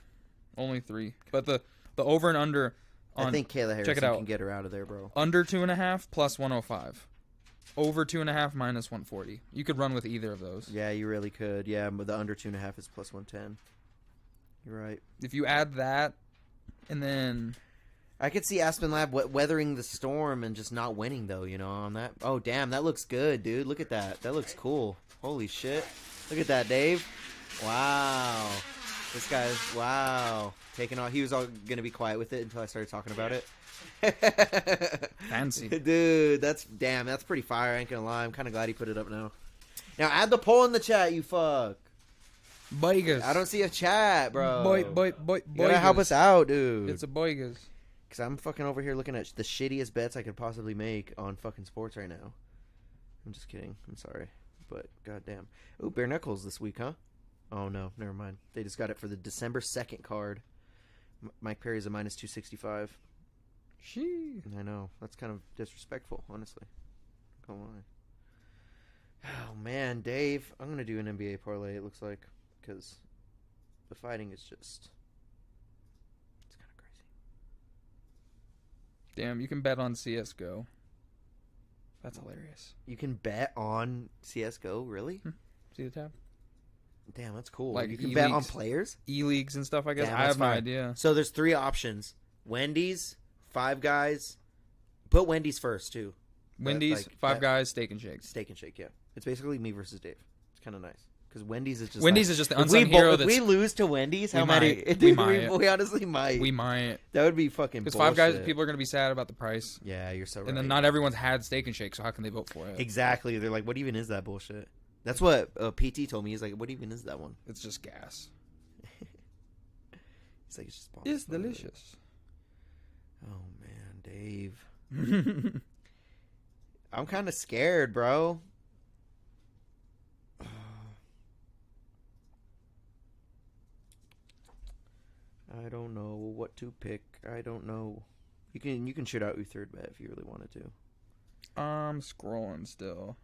Speaker 4: only three. But the the over and under
Speaker 3: I
Speaker 4: on
Speaker 3: think Kayla
Speaker 4: check it
Speaker 3: Harrison
Speaker 4: out.
Speaker 3: can get her out of there, bro.
Speaker 4: under two and a half plus 105. over two and a half minus 140. You could run with either of those.
Speaker 3: Yeah, you really could. Yeah, but the under two and a half is plus one ten. You're right.
Speaker 4: If you add that, and then
Speaker 3: I could see Aspen Lab we- weathering the storm and just not winning though. You know, on that. Oh damn, that looks good, dude. Look at that. That looks cool. Holy shit. Look at that, Dave. Wow. This guy's wow. Taking off. He was all gonna be quiet with it until I started talking about it.
Speaker 4: fancy.
Speaker 3: Dude, that's damn. That's pretty fire. I ain't gonna lie. I'm kind of glad he put it up now. Now add the poll in the chat, you fuck.
Speaker 4: Boigas.
Speaker 3: I don't see a chat, bro.
Speaker 4: Boy, boy, boy,
Speaker 3: You gotta help
Speaker 4: boigas.
Speaker 3: us out, dude.
Speaker 4: It's a boigas.
Speaker 3: Because I'm fucking over here looking at sh- the shittiest bets I could possibly make on fucking sports right now. I'm just kidding. I'm sorry. But goddamn. Ooh, bare knuckles this week, huh? Oh no, never mind. They just got it for the December 2nd card. M- Mike Perry's a minus 265.
Speaker 4: She.
Speaker 3: I know. That's kind of disrespectful, honestly. Come on. Oh man, Dave, I'm gonna do an NBA parlay. It looks like because the fighting is just. It's kind of crazy.
Speaker 4: Damn, you can bet on CS:GO. That's hilarious.
Speaker 3: You can bet on CS:GO, really?
Speaker 4: See the tab?
Speaker 3: Damn, that's cool.
Speaker 4: Like
Speaker 3: you can bet on
Speaker 4: e-leagues.
Speaker 3: players.
Speaker 4: E leagues and stuff. I guess
Speaker 3: Damn,
Speaker 4: I
Speaker 3: that's
Speaker 4: have no
Speaker 3: fine.
Speaker 4: idea.
Speaker 3: So there's three options: Wendy's, Five Guys. Put Wendy's first too.
Speaker 4: Wendy's,
Speaker 3: like,
Speaker 4: Five
Speaker 3: that-
Speaker 4: Guys, Steak and Shakes.
Speaker 3: Steak and Shake. Yeah, it's basically me versus Dave. It's kind of nice because Wendy's is just
Speaker 4: Wendy's
Speaker 3: like-
Speaker 4: is just the
Speaker 3: If we,
Speaker 4: unsung
Speaker 3: bo-
Speaker 4: hero.
Speaker 3: if
Speaker 4: That's
Speaker 3: we lose to Wendy's,
Speaker 4: We
Speaker 3: how many?
Speaker 4: might.
Speaker 3: Dude,
Speaker 4: We
Speaker 3: we,
Speaker 4: might.
Speaker 3: we honestly might.
Speaker 4: we might
Speaker 3: that would be fucking.
Speaker 4: because Five Guys
Speaker 3: bullshit.
Speaker 4: people are gonna be sad about the price,
Speaker 3: Yeah, you're so right.
Speaker 4: and then not everyone's had Steak and Shake, so how can they vote for it?
Speaker 3: exactly. They're like, what even is that bullshit? That's what uh, PT told me. He's like, what even is that one?
Speaker 4: It's just gas.
Speaker 3: He's like, it's just. bomb.
Speaker 4: It's delicious.
Speaker 3: Oh man, Dave,
Speaker 4: Why
Speaker 3: I'm kind of scared, bro. I don't know what to pick. I don't know. You can you can shoot out your third bet if you really wanted to.
Speaker 4: I'm scrolling still.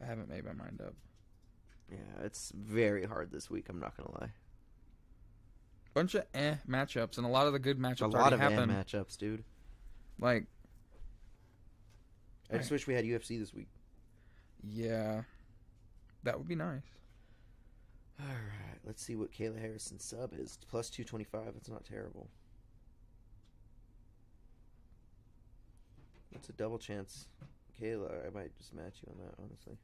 Speaker 4: I haven't made my mind up.
Speaker 3: Yeah, it's very hard this week. I'm not gonna lie.
Speaker 4: Bunch of eh matchups, and a lot of the good matchups
Speaker 3: a lot
Speaker 4: already
Speaker 3: of eh
Speaker 4: happened.
Speaker 3: matchups, dude.
Speaker 4: like,
Speaker 3: I just wish we had UFC this week.
Speaker 4: yeah, that would be nice.
Speaker 3: All right, let's see what Kayla Harrison's sub is. Plus two twenty five. It's not terrible. That's a double chance, Kayla. I might just match you on that, honestly.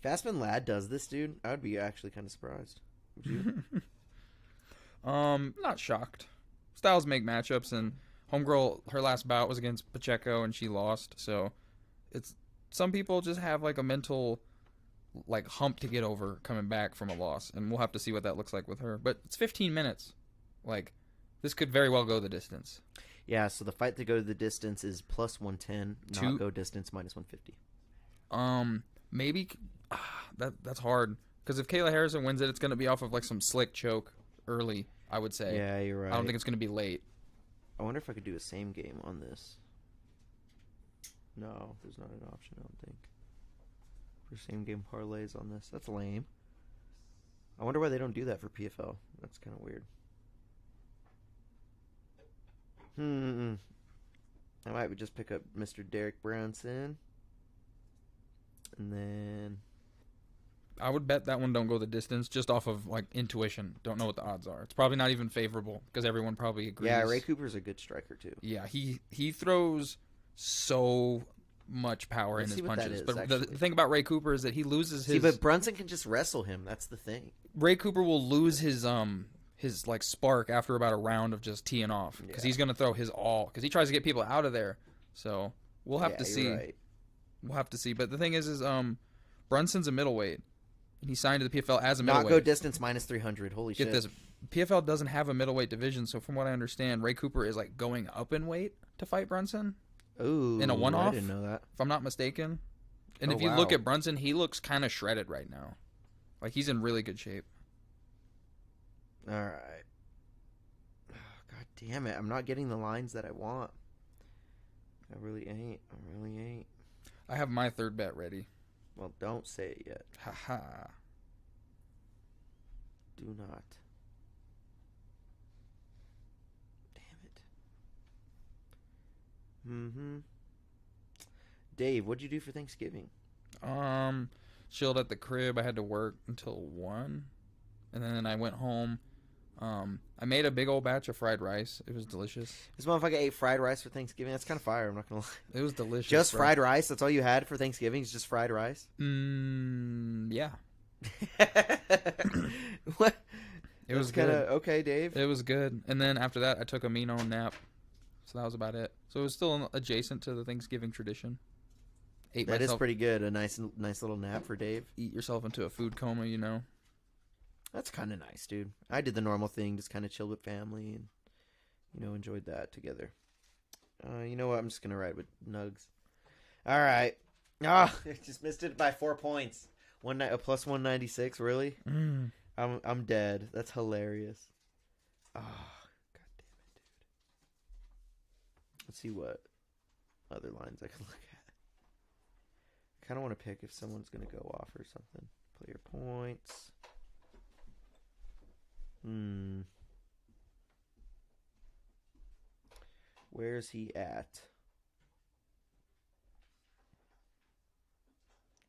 Speaker 3: If Aspen Ladd does this, dude, I would be actually kind of surprised. Would you?
Speaker 4: um, not shocked. Styles make matchups, and Homegirl, her last bout was against Pacheco, and she lost. So, it's some people just have like a mental like hump to get over coming back from a loss, and we'll have to see what that looks like with her. But it's 15 minutes. Like, this could very well go the distance.
Speaker 3: yeah. So the fight to go the distance is plus one ten.
Speaker 4: Two-
Speaker 3: Not go distance minus one fifty.
Speaker 4: Um, maybe ah, that that's hard because if Kayla Harrison wins it, it's gonna be off of like some slick choke early. I would say.
Speaker 3: Yeah, you're right.
Speaker 4: I don't think it's gonna be late.
Speaker 3: I wonder if I could do a same game on this. No, there's not an option, I don't think. For same game parlays on this. That's lame. I wonder why they don't do that for PFL. That's kind of weird. Hmm. I might just pick up Mr. Derek Brownson. And then.
Speaker 4: I would bet that one don't go the distance just off of like intuition. Don't know what the odds are. It's probably not even favorable because everyone probably agrees.
Speaker 3: Yeah, Ray Cooper's a good striker, too.
Speaker 4: Yeah, he he throws so much power
Speaker 3: Let's
Speaker 4: in
Speaker 3: see
Speaker 4: his
Speaker 3: what that
Speaker 4: punches.
Speaker 3: is,
Speaker 4: but the
Speaker 3: actually.
Speaker 4: thing about Ray Cooper is that he loses his
Speaker 3: See, but Brunson can just wrestle him. That's the thing.
Speaker 4: Ray Cooper will lose his um his like spark after about a round of just teeing off because
Speaker 3: Yeah.
Speaker 4: he's gonna throw his all because he tries to get people out of there. So we'll have
Speaker 3: Yeah,
Speaker 4: to
Speaker 3: you're
Speaker 4: see.
Speaker 3: right.
Speaker 4: We'll have to see. But the thing is, is um Brunson's a middleweight and he signed to the PFL as a
Speaker 3: Not
Speaker 4: middleweight.
Speaker 3: go distance minus 300. Holy
Speaker 4: get
Speaker 3: shit.
Speaker 4: this, PFL doesn't have a middleweight division. So from what I understand, Ray Cooper is like going up in weight to fight Brunson,
Speaker 3: Ooh,
Speaker 4: In a one-off?
Speaker 3: I didn't know that.
Speaker 4: if I'm not mistaken. And
Speaker 3: Oh,
Speaker 4: if you look
Speaker 3: wow.
Speaker 4: at Brunson, he looks kind of shredded right now. Like he's in really good shape.
Speaker 3: All right. Oh, God damn it! I'm not getting the lines that I want. I really ain't. I really ain't.
Speaker 4: I have my third bet ready.
Speaker 3: Well, don't say it yet.
Speaker 4: Haha.
Speaker 3: Do not. Damn it. Mm-hmm. Dave, what'd you do for Thanksgiving?
Speaker 4: Um, chilled at the crib. I had to work until one, and then I went home. Um, I made a big old batch of fried rice. It was delicious.
Speaker 3: This motherfucker ate fried rice for Thanksgiving. That's kind of fire. I'm not gonna lie.
Speaker 4: It was delicious.
Speaker 3: Just fried rice. That's all you had for Thanksgiving. Is just fried rice.
Speaker 4: Mm, yeah,
Speaker 3: what?
Speaker 4: it was
Speaker 3: kind
Speaker 4: good.
Speaker 3: of okay, Dave.
Speaker 4: It was good. And then after that, I took a mean old nap. So that was about it. So it was still adjacent to the Thanksgiving tradition. Ate
Speaker 3: That is
Speaker 4: myself,
Speaker 3: pretty good. A nice, nice little nap for Dave.
Speaker 4: eat yourself into a food coma, you know.
Speaker 3: That's kind of nice, dude. I did the normal thing, just kind of chilled with family and, you know, enjoyed that together. Uh, you know what? I'm just going to ride with Nugs. All right. Ah, I just missed it by four points. One ni- a plus 196, really?
Speaker 4: Mm.
Speaker 3: I'm I'm dead. That's hilarious. Ah, god damn it, dude. Let's see what other lines I can look at. I kind of want to pick if someone's gonna go off or something. Player points. Hmm. Where's he at?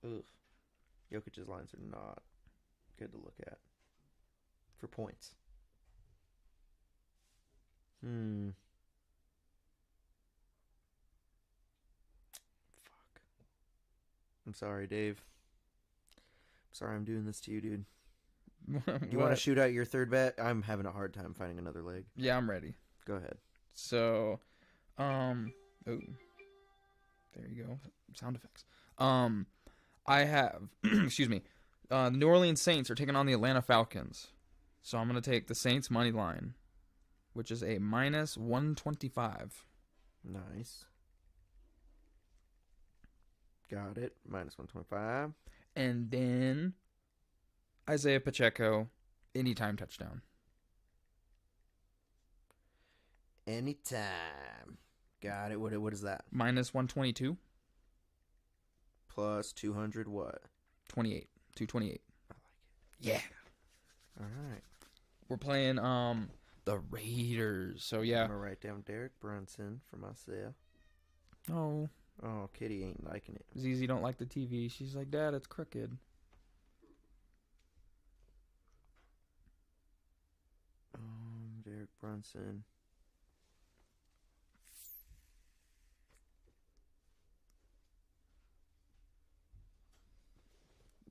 Speaker 3: Ugh. Jokic's lines are not good to look at for points. Hmm. Fuck. I'm sorry, Dave. I'm sorry I'm doing this to you, dude. You want to
Speaker 4: What?
Speaker 3: shoot out your third bet? I'm having a hard time finding another leg.
Speaker 4: yeah, I'm ready.
Speaker 3: Go ahead.
Speaker 4: So, um, oh, there you go. Sound effects. Um, I have, excuse me, uh, the New Orleans Saints are taking on the Atlanta Falcons. So I'm going to take the Saints money line, which is a minus 125.
Speaker 3: Nice. Got it. Minus 125.
Speaker 4: And then Isaiah Pacheco, anytime touchdown.
Speaker 3: Anytime. Got it. What, what is that?
Speaker 4: Minus 122,
Speaker 3: Plus 200 what?
Speaker 4: 28, 228.
Speaker 3: I like
Speaker 4: Yeah.
Speaker 3: it. All right.
Speaker 4: We're playing, um, the Raiders. So
Speaker 3: I'm
Speaker 4: yeah.
Speaker 3: gonna write down Derek Brunson for myself.
Speaker 4: Oh.
Speaker 3: Oh, Kitty ain't liking it.
Speaker 4: Zizi don't like the TV. She's like, Dad, it's crooked.
Speaker 3: Um, Derek Brunson.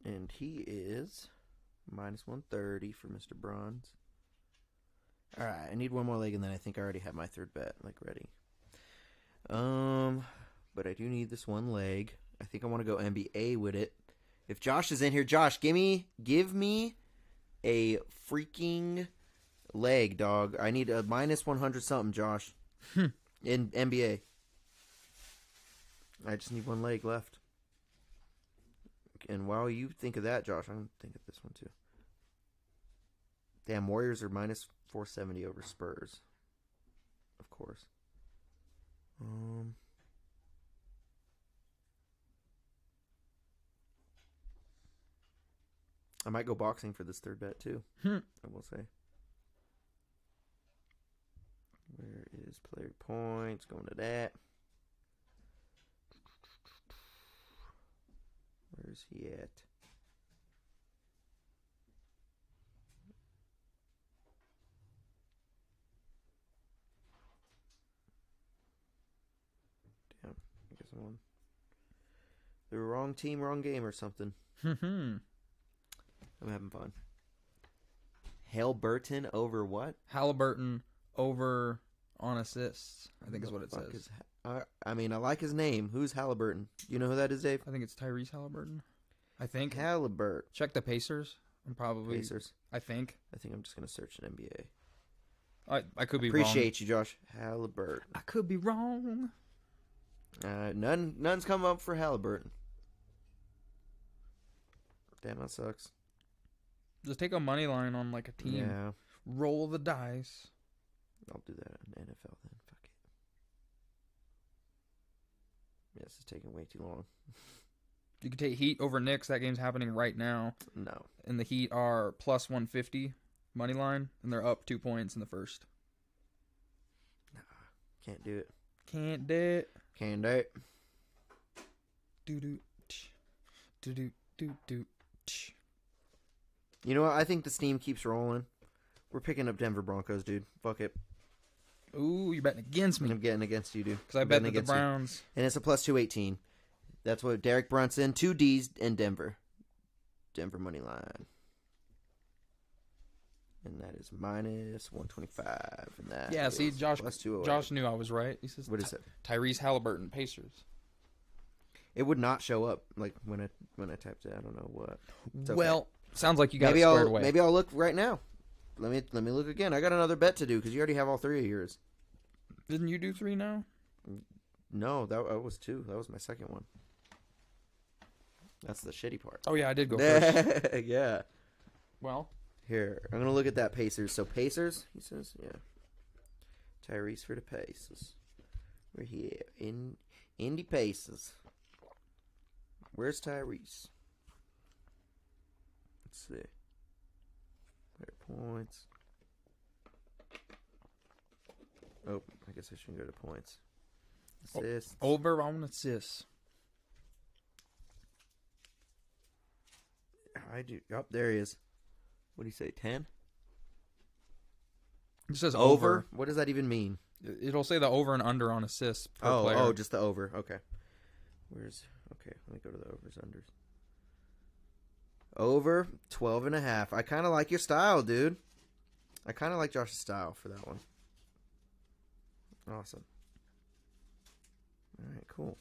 Speaker 3: And he is minus 130 for Mr. Bronze. All right, I need one more leg, and then I think I already have my third bet like ready. Um, but I do need this one leg. I think I want to go NBA with it. If Josh is in here, Josh, give me, give me a freaking leg, dog. I need a minus 100 something, Josh. in NBA. I just need one leg left. And while you think of that, Josh, I'm going to think of this one too. Damn, Warriors are minus 470 over Spurs. Of course. Um. I might go boxing for this third bet too.
Speaker 4: Hmm.
Speaker 3: I will say. Where is player points? Going to that. Where is he at? Damn, I guess I'm on the wrong team, wrong game, or something. Mm-hmm. I'm having fun. Hale Burton over what?
Speaker 4: Halliburton over on assists. I think is what it
Speaker 3: Fuck
Speaker 4: says.
Speaker 3: is Ha- I, I mean, I like his name. Who's Halliburton? Do you know who that is, Dave?
Speaker 4: I think it's Tyrese Halliburton. I think.
Speaker 3: Halliburton.
Speaker 4: Check the Pacers. I'm probably.
Speaker 3: Pacers.
Speaker 4: I think.
Speaker 3: I think I'm just gonna search an NBA.
Speaker 4: I I could be wrong.
Speaker 3: Appreciate you, Josh. Halliburton.
Speaker 4: I could be wrong.
Speaker 3: Uh, none, none's come up for Halliburton. Damn, that sucks.
Speaker 4: Just take a money line on like a team.
Speaker 3: Yeah,
Speaker 4: Roll the dice.
Speaker 3: I'll do that in NFL then. Fuck it. Yeah, this is taking way too long.
Speaker 4: You could take Heat over Knicks. That game's happening right now,
Speaker 3: No.
Speaker 4: and the Heat are plus 150 money line, and they're up two points in the first.
Speaker 3: Can't do it.
Speaker 4: Can't do it.
Speaker 3: Can't do it.
Speaker 4: Do do do do do do.
Speaker 3: You know what? I think the steam keeps rolling. We're picking up Denver Broncos, dude. Fuck it.
Speaker 4: Ooh, you're betting against me
Speaker 3: I'm getting against you, dude.
Speaker 4: because I
Speaker 3: I'm
Speaker 4: bet
Speaker 3: betting
Speaker 4: that
Speaker 3: against
Speaker 4: the
Speaker 3: you.
Speaker 4: Browns.
Speaker 3: And it's a plus 218. That's what Derek Brunson, two D's, and Denver. Denver money line. And that is minus 125. And that
Speaker 4: Yeah, see,
Speaker 3: is
Speaker 4: Josh,
Speaker 3: plus 208.
Speaker 4: Josh knew I was right. He says,
Speaker 3: What is
Speaker 4: Ty-
Speaker 3: it?
Speaker 4: Tyrese Halliburton, Pacers.
Speaker 3: It would not show up like when I when I typed it. I don't know what. It's okay.
Speaker 4: Well, sounds like you got
Speaker 3: maybe
Speaker 4: it
Speaker 3: I'll
Speaker 4: squared away.
Speaker 3: maybe I'll look right now. Let me let me look again. I got another bet to do because you already have all three of yours.
Speaker 4: Didn't you do three now?
Speaker 3: No, that, that was two. That was my second one. That's the shitty part.
Speaker 4: Oh yeah, I did go first.
Speaker 3: yeah.
Speaker 4: Well,
Speaker 3: Here, I'm gonna look at that Pacers. So Pacers, he says, yeah. Tyrese for the Pacers. We're here in Indy Pacers. Where's Tyrese? Let's see. Their points. Oh, I guess I shouldn't go to points.
Speaker 4: Oh,
Speaker 3: Assists.
Speaker 4: over on assists.
Speaker 3: I do. Oh, there he is. What do you say? Ten.
Speaker 4: It says
Speaker 3: Over. What does that even mean?
Speaker 4: over. It'll say the over and under on assists per
Speaker 3: oh,
Speaker 4: player.
Speaker 3: oh, just the over. Okay. Where's okay? Let me go to the overs unders. Over 12 and a half. I kind of like your style, dude. I kind of like Josh's style for that one. Awesome. All right, cool.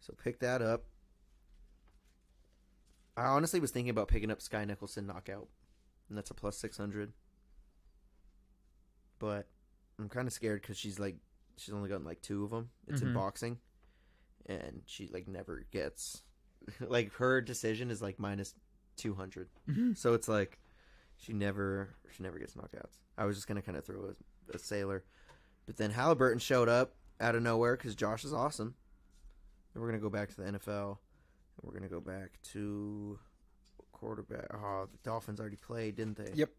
Speaker 3: So pick that up. I honestly was thinking about picking up Sky Nicholson knockout, and that's a plus 600. But I'm kind of scared because she's like she's only gotten like two of them. It's in
Speaker 4: Mhm.
Speaker 3: boxing, and she like never gets like her decision is like minus two hundred.
Speaker 4: Mhm.
Speaker 3: So it's like she never she never gets knockouts. I was just gonna kind of throw a, a sailor, but then Halliburton showed up out of nowhere because Josh is awesome. And we're gonna go back to the NFL. And we're gonna go back to quarterback. Oh, the Dolphins already played, didn't they?
Speaker 4: Yep.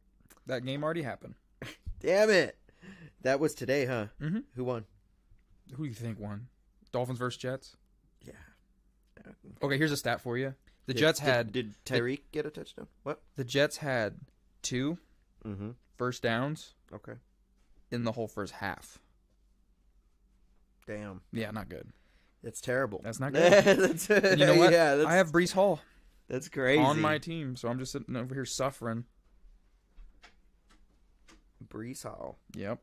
Speaker 4: that game already happened.
Speaker 3: Damn it! That was today, huh?
Speaker 4: Mhm.
Speaker 3: Who won?
Speaker 4: Who do you think won? Dolphins versus Jets.
Speaker 3: Yeah.
Speaker 4: Okay, here's a stat for you. The
Speaker 3: Did-
Speaker 4: Jets
Speaker 3: did-
Speaker 4: had
Speaker 3: Did Tyreek get a touchdown? What?
Speaker 4: the Jets had two
Speaker 3: Mm-hmm.
Speaker 4: first downs
Speaker 3: Okay.
Speaker 4: in the whole first half.
Speaker 3: Damn.
Speaker 4: Yeah, not good.
Speaker 3: That's terrible.
Speaker 4: That's not good.
Speaker 3: That's-
Speaker 4: And you know what?
Speaker 3: Yeah, that's,
Speaker 4: I have Brees Hall
Speaker 3: that's crazy.
Speaker 4: on my team, so I'm just sitting over here suffering.
Speaker 3: Brees Hall.
Speaker 4: Yep.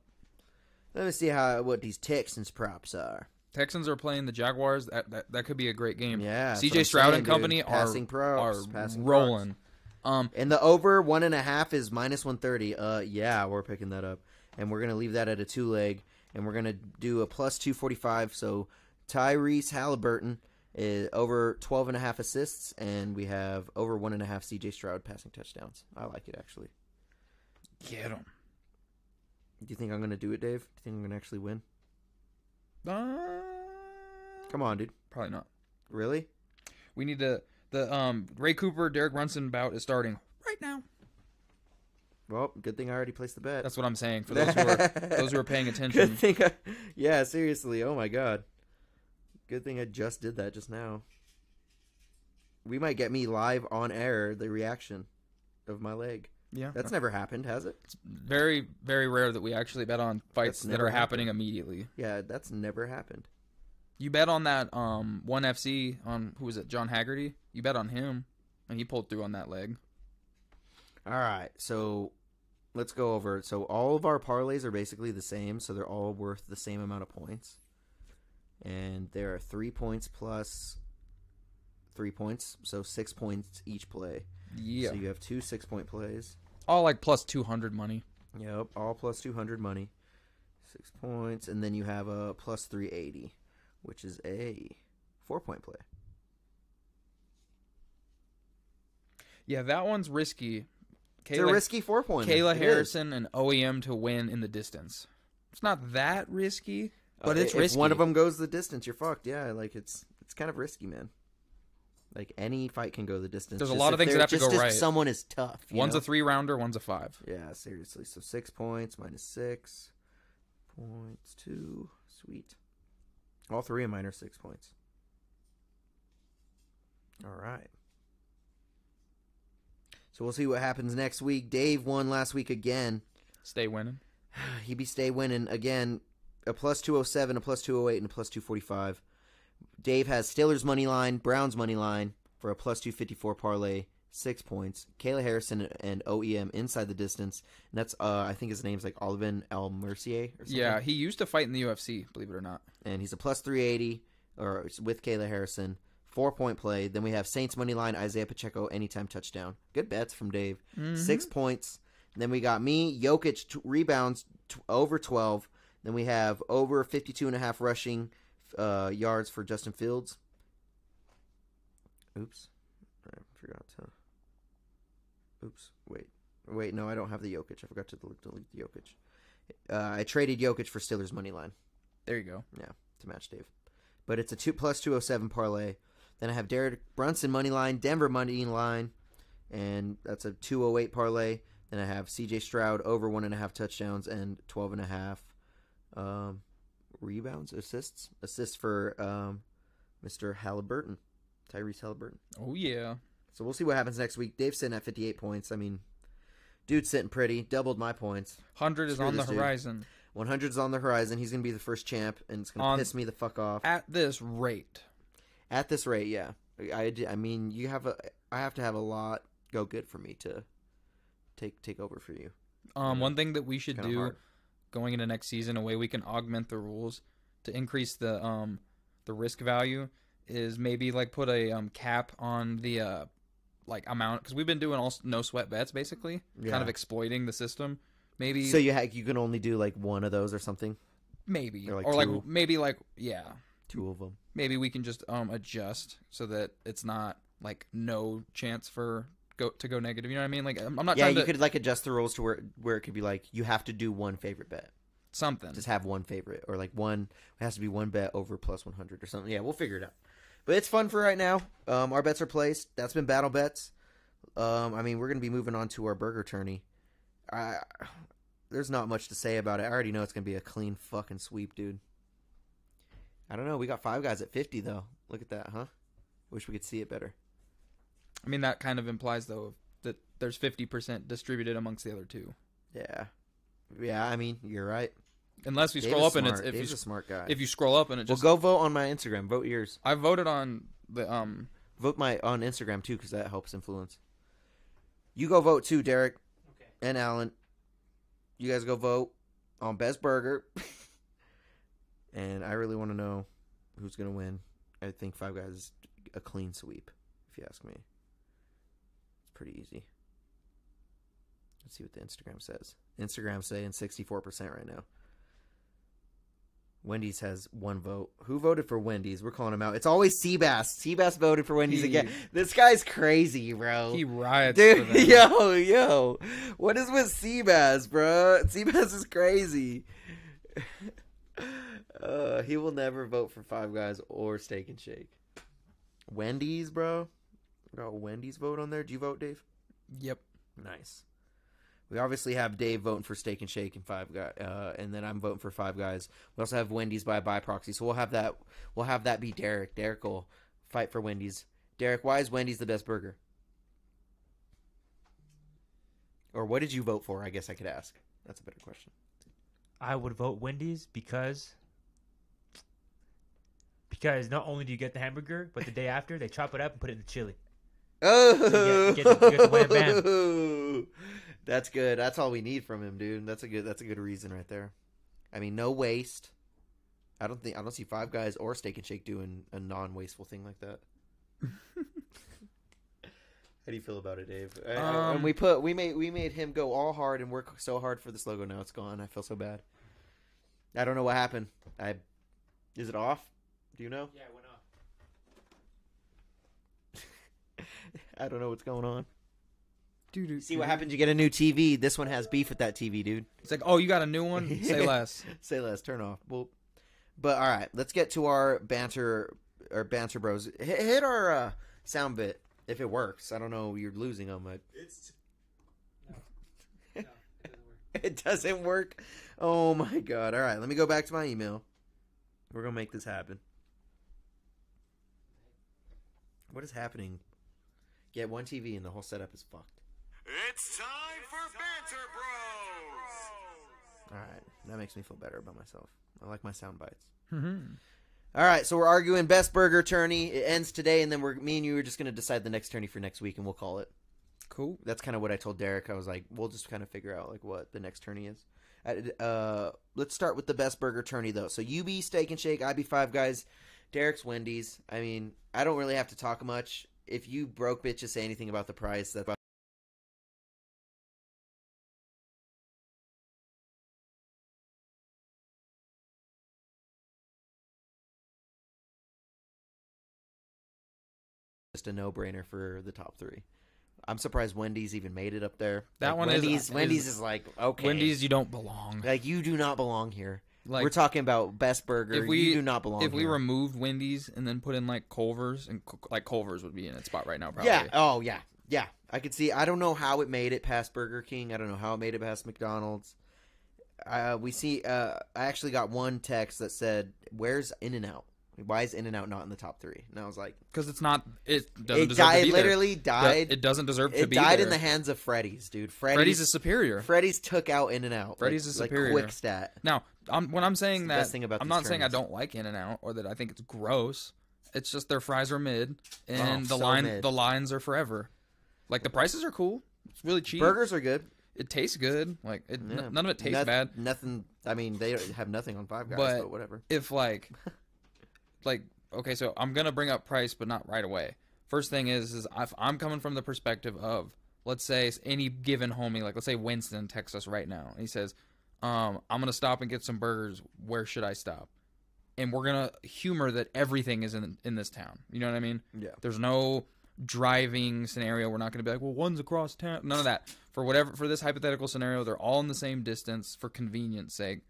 Speaker 3: Let me see how what these Texans props are.
Speaker 4: Texans are playing the Jaguars. That that, that could be a great game.
Speaker 3: Yeah, that's what I'm
Speaker 4: CJ Stroud
Speaker 3: saying,
Speaker 4: and
Speaker 3: dude.
Speaker 4: company are
Speaker 3: Passing props,
Speaker 4: are
Speaker 3: passing
Speaker 4: rolling. Um,
Speaker 3: And the over one and a half is minus one thirty. Uh, yeah, we're picking that up, and we're gonna leave that at a two leg, and we're gonna do a plus two forty five. So Tyrese Halliburton is over 12 and a half assists, and we have over one and a half CJ Stroud passing touchdowns. I like it actually.
Speaker 4: get them.
Speaker 3: Do you think I'm gonna do it, Dave? Do you think I'm gonna actually win? Come on, dude.
Speaker 4: Uh, probably not.
Speaker 3: Really?
Speaker 4: We need to the um Ray Cooper Derek Brunson bout is starting right now.
Speaker 3: Well, good thing I already placed the bet.
Speaker 4: That's what I'm saying for those who are those who are paying
Speaker 3: Good
Speaker 4: attention.
Speaker 3: thing I, yeah, seriously. Oh my god. Good thing I just did that just now. We might get me live on air the reaction of my leg.
Speaker 4: Yeah,
Speaker 3: That's never happened, has it?
Speaker 4: it's very very rare that we actually bet on fights
Speaker 3: That's
Speaker 4: that
Speaker 3: never
Speaker 4: are happening immediately.
Speaker 3: Yeah, that's never happened.
Speaker 4: You bet on that um one FC on who was it John Haggerty? You bet on him, and he pulled through on that leg.
Speaker 3: All right, so let's go over. it. So all of our parlays are basically the same, so they're all worth the same amount of points. And there are three points plus three points, so six points each play.
Speaker 4: Yeah,
Speaker 3: So you have two six point plays.
Speaker 4: all like plus two hundred money.
Speaker 3: Yep, all plus 200 money. Six points. And then you have a plus 380, which is a four point play.
Speaker 4: Yeah, that one's risky.
Speaker 3: it's a
Speaker 4: Kayla-
Speaker 3: risky four point.
Speaker 4: Kayla Harrison and OEM to win in the distance. It's not that risky, but it's
Speaker 3: Uh, if
Speaker 4: risky.
Speaker 3: one of them goes the distance, you're fucked. Yeah, like it's it's kind of risky, man. Like any fight can go the distance.
Speaker 4: There's a
Speaker 3: just
Speaker 4: lot
Speaker 3: if
Speaker 4: of things that
Speaker 3: they're-
Speaker 4: have to
Speaker 3: just
Speaker 4: go
Speaker 3: if
Speaker 4: right.
Speaker 3: Someone is tough. you
Speaker 4: One's
Speaker 3: know?
Speaker 4: a three rounder, one's a five.
Speaker 3: Yeah, seriously. So six points minus six points two. Sweet. All three of mine are six points. All right. So we'll see what happens next week. Dave won last week again.
Speaker 4: Stay winning.
Speaker 3: he be stay winning again. A plus 207, a plus 208, and a plus 245. Dave has Steelers money line, Browns money line for a plus 254 parlay, six points. Kayla Harrison and OEM inside the distance. And that's, uh, I think his name's like Olivan Al Mercier or something.
Speaker 4: Yeah, he used to fight in the UFC, believe it or not.
Speaker 3: and he's a plus 380 or it's with Kayla Harrison. Four point play. Then we have Saints money line, Isaiah Pacheco, anytime touchdown. Good bets from Dave.
Speaker 4: Mm-hmm.
Speaker 3: Six points. Then we got me, Jokic t- rebounds t- over 12. Then we have over 52 and a half rushing uh, yards for Justin Fields. Oops. I forgot to. Oops. Wait. Wait, no, I don't have the Jokic. I forgot to delete, delete the Jokic. Uh, I traded Jokic for Steelers money line
Speaker 4: There you go.
Speaker 3: to match Dave. But it's a two plus two oh seven parlay. Then I have Derek Brunson money line, Denver money line, and that's a two oh eight parlay. Then I have CJ Stroud over one and a half touchdowns and twelve and a half um, rebounds, assists, assists for um, Mr. Halliburton, Tyrese Halliburton.
Speaker 4: Oh yeah.
Speaker 3: So we'll see what happens next week. Dave's sitting at fifty eight points. I mean, dude's sitting pretty, doubled my points.
Speaker 4: Hundred is
Speaker 3: Screw
Speaker 4: on the
Speaker 3: this dude.
Speaker 4: horizon.
Speaker 3: 100's on the horizon. He's gonna be the first champ, and it's gonna
Speaker 4: On-
Speaker 3: piss me the fuck off.
Speaker 4: At this rate.
Speaker 3: At this rate, yeah. I, I d- I mean, you have a. I have to have a lot go good for me to take take over for you.
Speaker 4: Um,
Speaker 3: Yeah.
Speaker 4: one thing that we should
Speaker 3: Kinda
Speaker 4: do
Speaker 3: hard.
Speaker 4: going into next season, a way we can augment the rules to increase the um the risk value is maybe like put a um cap on the uh like amount because we've been doing all s- no sweat bets basically,
Speaker 3: Yeah.
Speaker 4: kind of exploiting the system. Maybe
Speaker 3: So you ha- you can only do like one of those or something,
Speaker 4: maybe
Speaker 3: Or, like,
Speaker 4: or like
Speaker 3: two.
Speaker 4: maybe like yeah
Speaker 3: two of them.
Speaker 4: maybe we can just um adjust so that it's not like no chance for go to go negative. You know what I mean? Like I'm, I'm not
Speaker 3: yeah,
Speaker 4: trying
Speaker 3: you
Speaker 4: to
Speaker 3: could like adjust the rules to where where it could be like you have to do one favorite bet,
Speaker 4: something.
Speaker 3: just have one favorite, or like one it has to be one bet over plus one hundred or something. Yeah, we'll figure it out. But it's fun for right now. Um, our bets are placed. That's been battle bets. Um, I mean, we're gonna be moving on to our burger tourney. I, there's not much to say about it. I already know it's gonna be a clean fucking sweep, dude. I don't know. We got five guys at fifty though. Look at that, huh? Wish we could see it better.
Speaker 4: I mean, that kind of implies though that there's 50% distributed amongst the other two.
Speaker 3: Yeah, yeah. I mean, you're right.
Speaker 4: Unless you
Speaker 3: Dave
Speaker 4: scroll
Speaker 3: is
Speaker 4: up and it's
Speaker 3: smart.
Speaker 4: if
Speaker 3: Dave's
Speaker 4: you,
Speaker 3: a smart guy.
Speaker 4: if you scroll up and it
Speaker 3: well,
Speaker 4: just
Speaker 3: go vote on my Instagram. Vote yours.
Speaker 4: I voted on the um
Speaker 3: Vote my on Instagram too, because that helps influence. You go vote too, Derek
Speaker 1: Okay.
Speaker 3: and Alan. You guys go vote on Best Burger, and I really want to know who's gonna win. I think Five Guys is a clean sweep, if you ask me. It's pretty easy. Let's see what the Instagram says. Instagram's saying sixty four percent right now. Wendy's has one vote. Who voted for Wendy's? We're calling him out. It's always Seabass. Seabass voted for Wendy's
Speaker 4: He-
Speaker 3: again. This guy's crazy, bro.
Speaker 4: he riots for
Speaker 3: Oh. Dude,
Speaker 4: them.
Speaker 3: yo, yo. What is with Seabass, bro? Seabass is crazy. uh, he will never vote for Five Guys or Steak and Shake. Wendy's, bro. Got Wendy's vote on there. Do you vote, Dave?
Speaker 4: Yep.
Speaker 3: Nice. We obviously have Dave voting for Steak and Shake and Five Guys, uh, and then I'm voting for Five Guys. We also have Wendy's by by proxy, so we'll have that. We'll have that be Derek. Derek will fight for Wendy's. Derek, why is Wendy's the best burger? Or what did you vote for? I guess I could ask. That's a better question.
Speaker 2: I would vote Wendy's because because not only do you get the hamburger, but the day after they chop it up and put it in the chili.
Speaker 3: Oh,
Speaker 2: You get- you get- you get the wham
Speaker 3: that's good. That's all we need from him, dude. That's a good. That's a good reason right there. I mean, no waste. I don't think I don't see Five Guys or Steak and Shake doing a non-wasteful thing like that. How do you feel about it, Dave? I- I-
Speaker 4: Um,
Speaker 3: and we put we made we made him go all hard and work so hard for this logo. Now it's gone. I feel so bad. I don't know what happened. I is it off? Do you know?
Speaker 1: Yeah, it went off.
Speaker 3: I don't know what's going on.
Speaker 4: Dude,
Speaker 3: See what happens. You get a new TV. This one has beef with that TV, dude.
Speaker 4: It's like, "Oh, you got a new one? Say less."
Speaker 3: Say less. Turn off. Well, but all right. Let's get to our banter. Our banter bros. Hit, hit our uh, sound bit if it works. I don't know. You're losing on my.
Speaker 1: It's. No. No, it doesn't work.
Speaker 3: It doesn't work. Oh my god. All right. Let me go back to my email. We're gonna make this happen. What is happening? Get one TV and the whole setup is fucked.
Speaker 5: It's time for Banter Bros!
Speaker 3: All right, that makes me feel better about myself. I like my sound bites. Mm-hmm.
Speaker 4: Mhm.
Speaker 3: All right, so we're arguing best burger tourney. It ends today, and then we're me and you are just gonna decide the next tourney for next week, and we'll call it.
Speaker 4: Cool.
Speaker 3: That's kind of what I told Derek. I was like, we'll just kind of figure out like what the next tourney is. I- Uh, let's start with the best burger tourney though. So UB Steak and Shake, IB Five Guys, Derek's Wendy's. I mean, I don't really have to talk much. If you broke bitches say anything about the price, that's just a no-brainer for the top three. I'm surprised Wendy's even made it up there.
Speaker 4: That
Speaker 3: Like,
Speaker 4: one is-
Speaker 3: Wendy's.
Speaker 4: is-
Speaker 3: Wendy's is like okay.
Speaker 4: Wendy's, you don't belong.
Speaker 3: like you do not belong here.
Speaker 4: Like
Speaker 3: we're talking about best burger.
Speaker 4: if we-
Speaker 3: you do not belong.
Speaker 4: if we
Speaker 3: here.
Speaker 4: removed Wendy's and then put in like Culver's and Co- like Culver's would be in its spot right now. Probably.
Speaker 3: Yeah. Oh, yeah. Yeah. I could see. I don't know how it made it past Burger King. I don't know how it made it past McDonald's. Uh, we see. Uh, I actually got one text that said, "Where's In and Out? Why is In and Out not in the top three? And I was like,
Speaker 4: because it's not. It doesn't
Speaker 3: "It
Speaker 4: deserve
Speaker 3: died.
Speaker 4: to be
Speaker 3: Literally
Speaker 4: there. Yeah,
Speaker 3: died.
Speaker 4: It doesn't deserve
Speaker 3: It,
Speaker 4: to be
Speaker 3: died
Speaker 4: there.
Speaker 3: in the hands of Freddy's, dude. Freddy's.
Speaker 4: Freddy's is superior.
Speaker 3: Freddy's took out In and Out.
Speaker 4: Freddy's
Speaker 3: like,
Speaker 4: is
Speaker 3: like
Speaker 4: superior.
Speaker 3: quick stat.
Speaker 4: Now, I'm, when I'm saying
Speaker 3: It's the
Speaker 4: that,
Speaker 3: best thing about
Speaker 4: I'm
Speaker 3: these
Speaker 4: not saying I
Speaker 3: tournaments.
Speaker 4: don't like In and Out or that I think it's gross. It's just their fries are mid, and
Speaker 3: Oh, so
Speaker 4: the line
Speaker 3: mid.
Speaker 4: the lines are forever. Like the prices are cool. It's really cheap.
Speaker 3: Burgers are good.
Speaker 4: It tastes good. Like it, n-
Speaker 3: Yeah.
Speaker 4: none of it tastes
Speaker 3: Noth-
Speaker 4: bad.
Speaker 3: Nothing. I mean, they have nothing on Five Guys,
Speaker 4: But-
Speaker 3: but whatever.
Speaker 4: If like, like okay, so I'm gonna bring up price, but not right away. First thing is, is if I'm coming from the perspective of let's say any given homie, like let's say Winston texts us right now, and he says, um, "I'm gonna stop and get some burgers. Where should I stop?" And we're gonna humor that everything is in in this town. You know what I mean?
Speaker 3: Yeah.
Speaker 4: There's no driving scenario. We're not going to be like, well, one's across town. None of that. For whatever, for this hypothetical scenario, they're all in the same distance for convenience sake,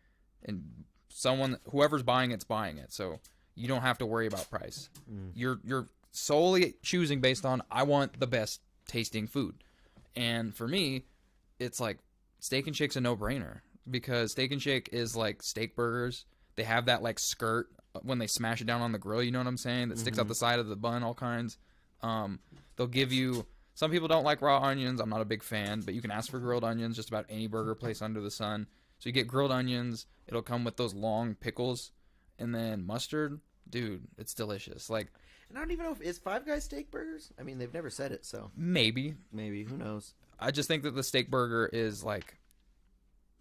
Speaker 4: and someone, whoever's buying it's buying it. So you don't have to worry about price. You're you're solely choosing based on I want the best tasting food, and for me, it's like steak and shake's a no brainer because steak and shake is like steak burgers. They have that like skirt when they smash it down on the grill. You know what I'm saying? That sticks out the side of the bun, all kinds. Um, they'll give you. Some people don't like raw onions. I'm not a big fan, but you can ask for grilled onions just about any burger place under the sun. So you get grilled onions. It'll come with those long pickles, and then mustard. Dude, it's delicious. Like
Speaker 3: And I don't even know if is Five Guys steak burgers. I mean, they've never said it, so
Speaker 4: maybe
Speaker 3: maybe who knows?
Speaker 4: I just think that the steak burger is like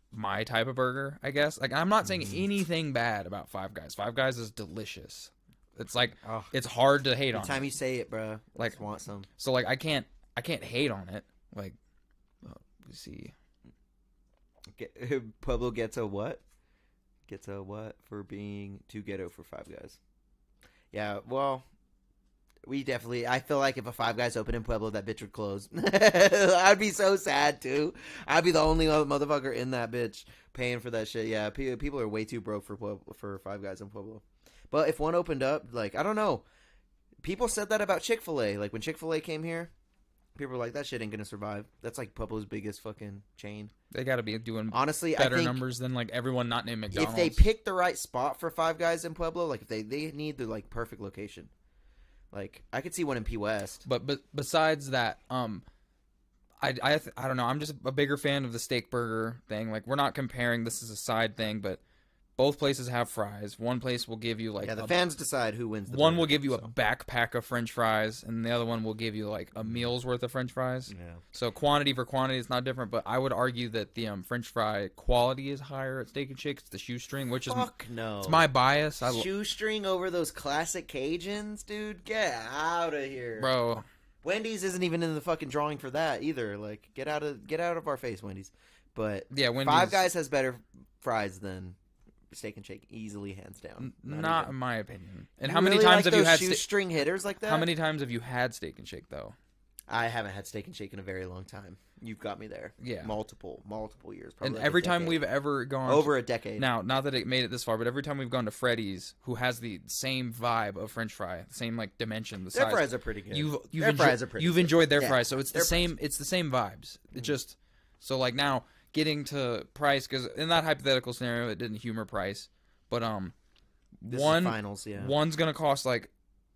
Speaker 4: my type of burger, I guess. Like I'm not saying
Speaker 3: Mm.
Speaker 4: anything bad about Five Guys. Five Guys is delicious. It's like
Speaker 3: Oh.
Speaker 4: it's hard to hate
Speaker 3: The
Speaker 4: on.
Speaker 3: time
Speaker 4: it.
Speaker 3: you say it, bruh, I
Speaker 4: Like-
Speaker 3: just want some.
Speaker 4: So like I can't I can't hate on it. Like uh, let's see.
Speaker 3: Get, Pueblo gets a what? Gets a what for being too ghetto for Five Guys? Yeah, well, we definitely. I feel like if a Five Guys opened in Pueblo, that bitch would close. I'd be so sad too. I'd be the only other motherfucker in that bitch paying for that shit. Yeah, pe- people are way too broke for Pueblo, for Five Guys in Pueblo. But if one opened up, like I don't know, people said that about Chick Fil A. Like when Chick Fil A came here, people were like, "That shit ain't gonna survive." That's like Pueblo's biggest fucking chain.
Speaker 4: They got to be doing
Speaker 3: Honestly, I
Speaker 4: better
Speaker 3: think
Speaker 4: numbers than like everyone not named
Speaker 3: if
Speaker 4: McDonald's.
Speaker 3: they pick the right spot for Five Guys in Pueblo, like if they they need the like perfect location, like I could see one in P West.
Speaker 4: But but besides that, um, I I th- I don't know. I'm just a bigger fan of the steak burger thing. Like we're not comparing. This is a side thing, but both places have fries. One place will give you like
Speaker 3: Yeah, the
Speaker 4: a-
Speaker 3: fans decide who wins. the
Speaker 4: one
Speaker 3: burger,
Speaker 4: will give you a
Speaker 3: so.
Speaker 4: backpack of French fries, and the other one will give you like a meal's worth of French fries.
Speaker 3: Yeah.
Speaker 4: So quantity for quantity is not different, but I would argue that the um, French fry quality is higher at Steak and Shake. It's the shoestring, which is
Speaker 3: Fuck no.
Speaker 4: it's my bias. I, lo-
Speaker 3: shoestring over those classic Cajuns, dude. Get out of here,
Speaker 4: bro,
Speaker 3: Wendy's isn't even in the fucking drawing for that either. Like get out of get out of our face, Wendy's. But
Speaker 4: yeah, when
Speaker 3: Five Guys has better fries than Steak and Shake, easily hands down.
Speaker 4: not, in
Speaker 3: even.
Speaker 4: my opinion. And
Speaker 3: You
Speaker 4: how many
Speaker 3: really
Speaker 4: times
Speaker 3: like
Speaker 4: have you
Speaker 3: those
Speaker 4: had? Ste-
Speaker 3: shoestring hitters like that?
Speaker 4: How many times have you had steak and shake though?
Speaker 3: I haven't had steak and shake in a very long time. You've got me there.
Speaker 4: Yeah.
Speaker 3: multiple, multiple years. Probably
Speaker 4: And
Speaker 3: like a
Speaker 4: every time
Speaker 3: decade.
Speaker 4: we've ever gone
Speaker 3: over a decade.
Speaker 4: now, not that it made it this far, but every time we've gone to Freddy's, who has the same vibe of French fry, the same like dimension, the
Speaker 3: their
Speaker 4: size.
Speaker 3: fries are pretty good.
Speaker 4: you've you've,
Speaker 3: their
Speaker 4: enjo-
Speaker 3: fries are pretty.
Speaker 4: you've
Speaker 3: good.
Speaker 4: enjoyed their
Speaker 3: Yeah,
Speaker 4: fries, so it's the
Speaker 3: their Mm-hmm.
Speaker 4: same. It's the same vibes. It just so like now getting to price because in that hypothetical scenario, it didn't humor price, but um,
Speaker 3: This is
Speaker 4: one
Speaker 3: finals. Yeah,
Speaker 4: One's gonna cost like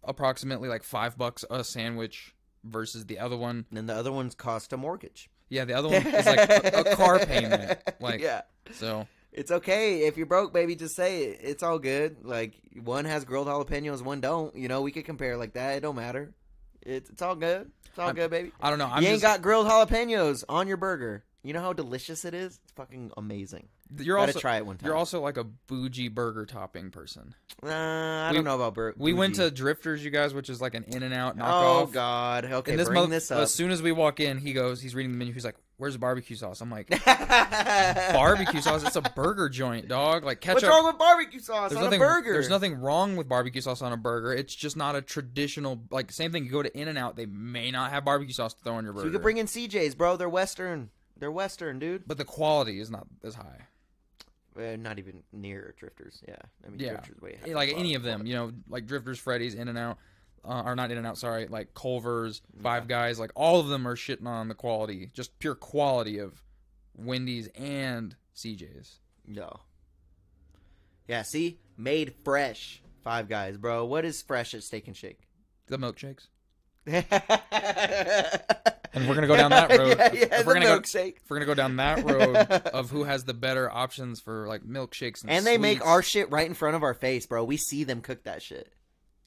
Speaker 4: approximately like five bucks a sandwich versus the other one.
Speaker 3: And then the other one's cost a mortgage.
Speaker 4: Yeah, the other one is like a, a car payment. Like
Speaker 3: yeah.
Speaker 4: so.
Speaker 3: It's okay if you're broke, baby. Just say it. It's all good. Like one has grilled jalapenos, one don't. You know, we could compare like that. It don't matter. It's it's all good. It's all
Speaker 4: I'm-
Speaker 3: good, baby.
Speaker 4: I don't know. I'm
Speaker 3: you ain't
Speaker 4: just,
Speaker 3: got grilled jalapenos on your burger. You know how delicious it is. It's fucking amazing.
Speaker 4: you're
Speaker 3: Gotta
Speaker 4: also
Speaker 3: try it one time.
Speaker 4: you're also like a bougie burger topping person.
Speaker 3: Uh, I
Speaker 4: We-
Speaker 3: don't know about burger.
Speaker 4: We went to Drifters, you guys, which is like an in and out
Speaker 3: Oh
Speaker 4: knockoff.
Speaker 3: God. Okay,
Speaker 4: and this
Speaker 3: bring
Speaker 4: mother-
Speaker 3: this up.
Speaker 4: as soon as we walk in, he goes, he's reading the menu. He's like, "Where's the barbecue sauce?" I'm like, "Barbecue sauce? It's a burger joint, dog. Like ketchup."
Speaker 3: What's wrong with barbecue sauce
Speaker 4: there's
Speaker 3: on
Speaker 4: nothing.
Speaker 3: a burger?
Speaker 4: There's nothing wrong with barbecue sauce on a burger. It's just not a traditional like same thing. You go to In and Out, they may not have barbecue sauce to throw on your
Speaker 3: So
Speaker 4: burger.
Speaker 3: you could bring in CJ's, bro. They're Western. They're Western, dude.
Speaker 4: but the quality is not as high.
Speaker 3: Uh, not even near Drifters. Yeah, I mean
Speaker 4: Yeah.
Speaker 3: Drifters way higher
Speaker 4: like
Speaker 3: up.
Speaker 4: any of them, you know, like Drifters, Freddy's, In and Out, uh, or not In and Out, sorry, like Culver's,
Speaker 3: Mm-hmm.
Speaker 4: Five Guys, like all of them are shitting on the quality, just pure quality of Wendy's and CJ's.
Speaker 3: No. Yeah, see, made fresh. Five Guys, bro. What is fresh at Steak and Shake?
Speaker 4: The milkshakes.
Speaker 3: and
Speaker 4: we're gonna go down that road.
Speaker 3: yeah, yeah,
Speaker 4: If we're
Speaker 3: the
Speaker 4: gonna go-
Speaker 3: milkshake.
Speaker 4: If we're gonna go down that road of who has the better options for like milkshakes and
Speaker 3: And they make
Speaker 4: sweets,
Speaker 3: our shit right in front of our face, bro. We see them cook that shit.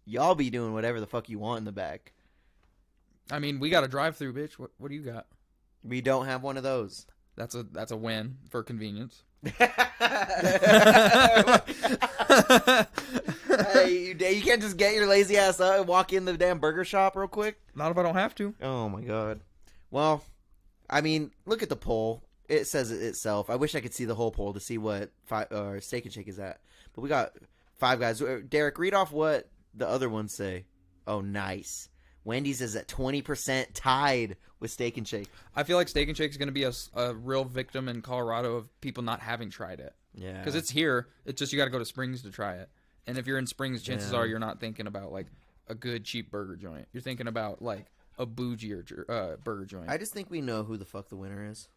Speaker 3: Y'all be doing whatever the fuck you want in the back.
Speaker 4: I mean, we got a drive-through, bitch. What, what do you got?
Speaker 3: We don't have one of those.
Speaker 4: That's a that's a win for convenience.
Speaker 3: hey, you, you can't just get your lazy ass up and walk in the damn burger shop real quick.
Speaker 4: Not if I don't have to.
Speaker 3: Oh my god. Well, I mean, look at the poll. It says it itself. I wish I could see the whole poll to see what five or Steak and Shake is at. But we got five guys. Uh, Derek, read off what the other ones say. Oh, nice. Wendy's is at twenty percent, tied with Steak and Shake.
Speaker 4: I feel like Steak and Shake is going to be a, s- a real victim in Colorado of people not having tried it
Speaker 3: Yeah,
Speaker 4: because it's here. It's just you got to go to Springs to try it, and if you're in Springs, chances
Speaker 3: Yeah.
Speaker 4: are you're not thinking about like a good cheap burger joint. You're thinking about like a bougier jer- uh, burger joint.
Speaker 3: I just think we know who the fuck the winner is.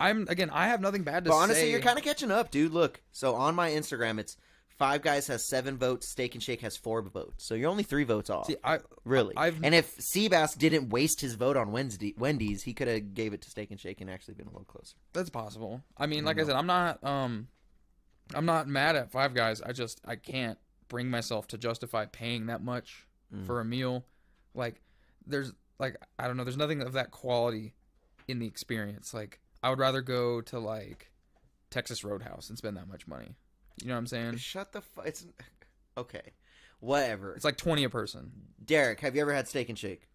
Speaker 4: I'm again. I have nothing bad to
Speaker 3: But
Speaker 4: say.
Speaker 3: honestly, you're kind of catching up, dude. Look, so on my Instagram, it's Five Guys has seven votes, Steak and Shake has four votes. So you're only three votes off,
Speaker 4: See, I
Speaker 3: really.
Speaker 4: I've-
Speaker 3: and if Seabass didn't waste his vote on Wednesday, Wendy's, he could have gave it to Steak and Shake and actually been a little closer.
Speaker 4: that's possible. I mean,
Speaker 3: Mm-hmm.
Speaker 4: like I said, I'm not um, I'm not mad at Five Guys. I just I can't bring myself to justify paying that much
Speaker 3: Mm.
Speaker 4: for a meal. Like there's like I don't know. There's nothing of that quality in the experience. Like I would rather go to like Texas Roadhouse and spend that much money. You know what I'm saying?
Speaker 3: Shut the fuck. It's okay, whatever.
Speaker 4: It's like twenty a person.
Speaker 3: Derek, have you ever had Steak and Shake?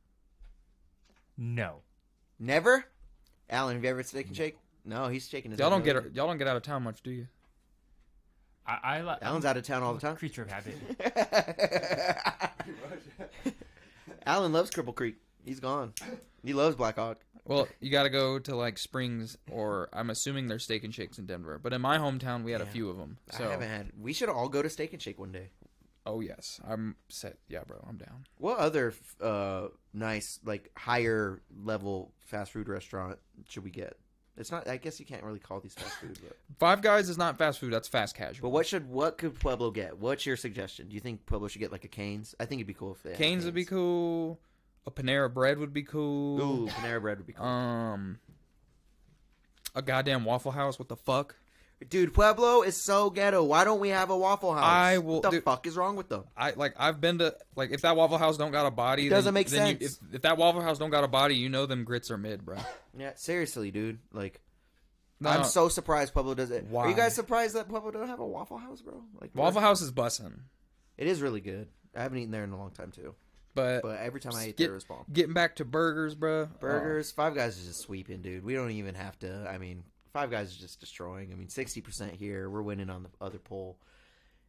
Speaker 2: No.
Speaker 3: Never. Alan, have you ever had Steak and Shake? No, he's shaking his.
Speaker 4: Y'all
Speaker 3: head
Speaker 4: don't get
Speaker 3: no.
Speaker 4: y'all don't get out of town much, do you?
Speaker 2: I, I li-
Speaker 3: Alan's out of town all the
Speaker 2: I'm a
Speaker 3: time.
Speaker 2: creature of habit.
Speaker 3: Alan loves Cripple Creek. He's gone. He loves Black Hawk.
Speaker 4: Well, you got to go to like Springs, or I'm assuming there's Steak and Shakes in Denver. But in my hometown, we had a
Speaker 3: Yeah.
Speaker 4: few of them. So
Speaker 3: I haven't had. We should all go to Steak and Shake one day.
Speaker 4: Oh yes, I'm set. Yeah, bro, I'm down.
Speaker 3: What other f- uh, nice, like higher level fast food restaurant should we get? It's not. I guess you can't really call these fast food. But,
Speaker 4: Five Guys is not fast food. That's fast casual.
Speaker 3: but what should what could Pueblo get? What's your suggestion? Do you think Pueblo should get like a Canes? I think it'd be cool if they had
Speaker 4: Canes would be cool. A Panera Bread would be
Speaker 3: Ooh,
Speaker 4: cool.
Speaker 3: Panera Bread would be cool.
Speaker 4: Um, a goddamn Waffle House. What the fuck?
Speaker 3: Dude, Pueblo is so ghetto. Why don't we have a Waffle House?
Speaker 4: I will-
Speaker 3: What the
Speaker 4: dude-
Speaker 3: fuck is wrong with them?
Speaker 4: I like. I've been to like. If that Waffle House don't got a body,
Speaker 3: It doesn't
Speaker 4: then-
Speaker 3: make
Speaker 4: then you-
Speaker 3: sense.
Speaker 4: if, if that Waffle House don't got a body, you know them grits are mid, bro.
Speaker 3: Yeah, seriously, dude. Like,
Speaker 4: No,
Speaker 3: I'm so surprised Pueblo does it. Are
Speaker 4: Why?
Speaker 3: you guys surprised that Pueblo don't have a Waffle House, bro? Like,
Speaker 4: Waffle House is bussin',
Speaker 3: It is really good. I haven't eaten there in a long time too.
Speaker 4: but,
Speaker 3: But every time I ate
Speaker 4: Uh, get-
Speaker 3: there, it was bomb.
Speaker 4: getting back to burgers, bro. Oh.
Speaker 3: Burgers, Five Guys is just sweeping, dude. We don't even have to. I mean, Five Guys is just destroying. I mean, sixty percent here. We're winning on the other poll.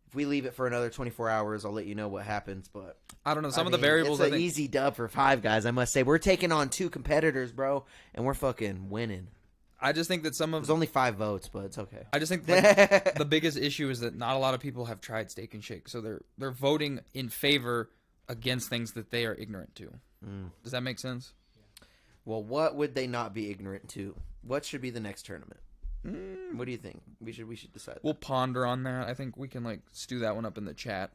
Speaker 3: If we leave it for another twenty four hours, I'll let you know what happens. But
Speaker 4: uh, I don't know.
Speaker 3: I
Speaker 4: Some of the
Speaker 3: mean,
Speaker 4: variables.
Speaker 3: It's
Speaker 4: I
Speaker 3: an
Speaker 4: think,
Speaker 3: easy dub for Five Guys. I must say, we're taking on two competitors, bro, and we're fucking winning.
Speaker 4: I just think that some of
Speaker 3: There's only five votes, but it's okay.
Speaker 4: I just think like, the biggest issue is that not a lot of people have tried steak and shake, so they're they're voting in favor against things that they are ignorant to.
Speaker 3: Mm.
Speaker 4: Does that make sense?
Speaker 3: well, what would they not be ignorant to? What should be the next tournament?
Speaker 4: Hmm.
Speaker 3: What do you think? We should we should decide.
Speaker 4: We'll ponder on that. I think we can like stew that one up in the chat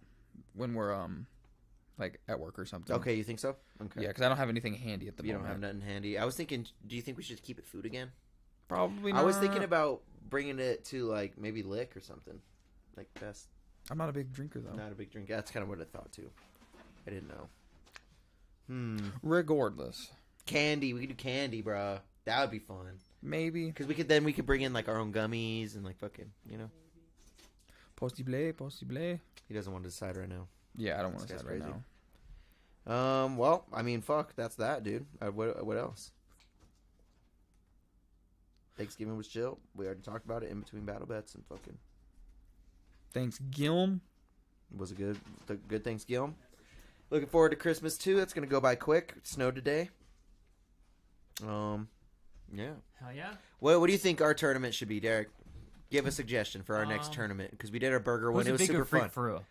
Speaker 4: when we're um like at work or something.
Speaker 3: Okay, you think so? Okay.
Speaker 4: Yeah, because I don't have anything handy at the
Speaker 3: You don't
Speaker 4: moment.
Speaker 3: have nothing handy. I was thinking, do you think we should keep it food again?
Speaker 4: Probably. Not.
Speaker 3: I was thinking about bringing it to like maybe lick or something, like best.
Speaker 4: I'm not a big drinker though.
Speaker 3: Not a big drink. That's kind of what I thought too. I didn't know. Hmm.
Speaker 4: Regardless,
Speaker 3: Candy. We could do candy, bruh. That would be fun.
Speaker 4: maybe
Speaker 3: Cause we could then we could bring in like our own gummies and like fucking you know.
Speaker 4: possible, possible.
Speaker 3: He doesn't want to decide right now.
Speaker 4: Yeah, I don't want
Speaker 3: This guy's
Speaker 4: to say right
Speaker 3: crazy.
Speaker 4: now.
Speaker 3: Um. Well, I mean, fuck. That's that, dude. Uh, what What else? Thanksgiving was chill. We already talked about it in between battle bets and fucking.
Speaker 4: Thanks, Gilm.
Speaker 3: It was a good, th- good Thanksgiving. Looking forward to Christmas too. That's gonna go by quick. It snowed today. Um, yeah.
Speaker 2: Hell yeah.
Speaker 3: What What do you think our tournament should be, Derek? Give a suggestion for our next
Speaker 2: Um,
Speaker 3: tournament because we did our burger
Speaker 2: Who's
Speaker 3: one.
Speaker 2: the
Speaker 3: It was
Speaker 2: bigger
Speaker 3: super
Speaker 2: freak
Speaker 3: fun.
Speaker 2: for real?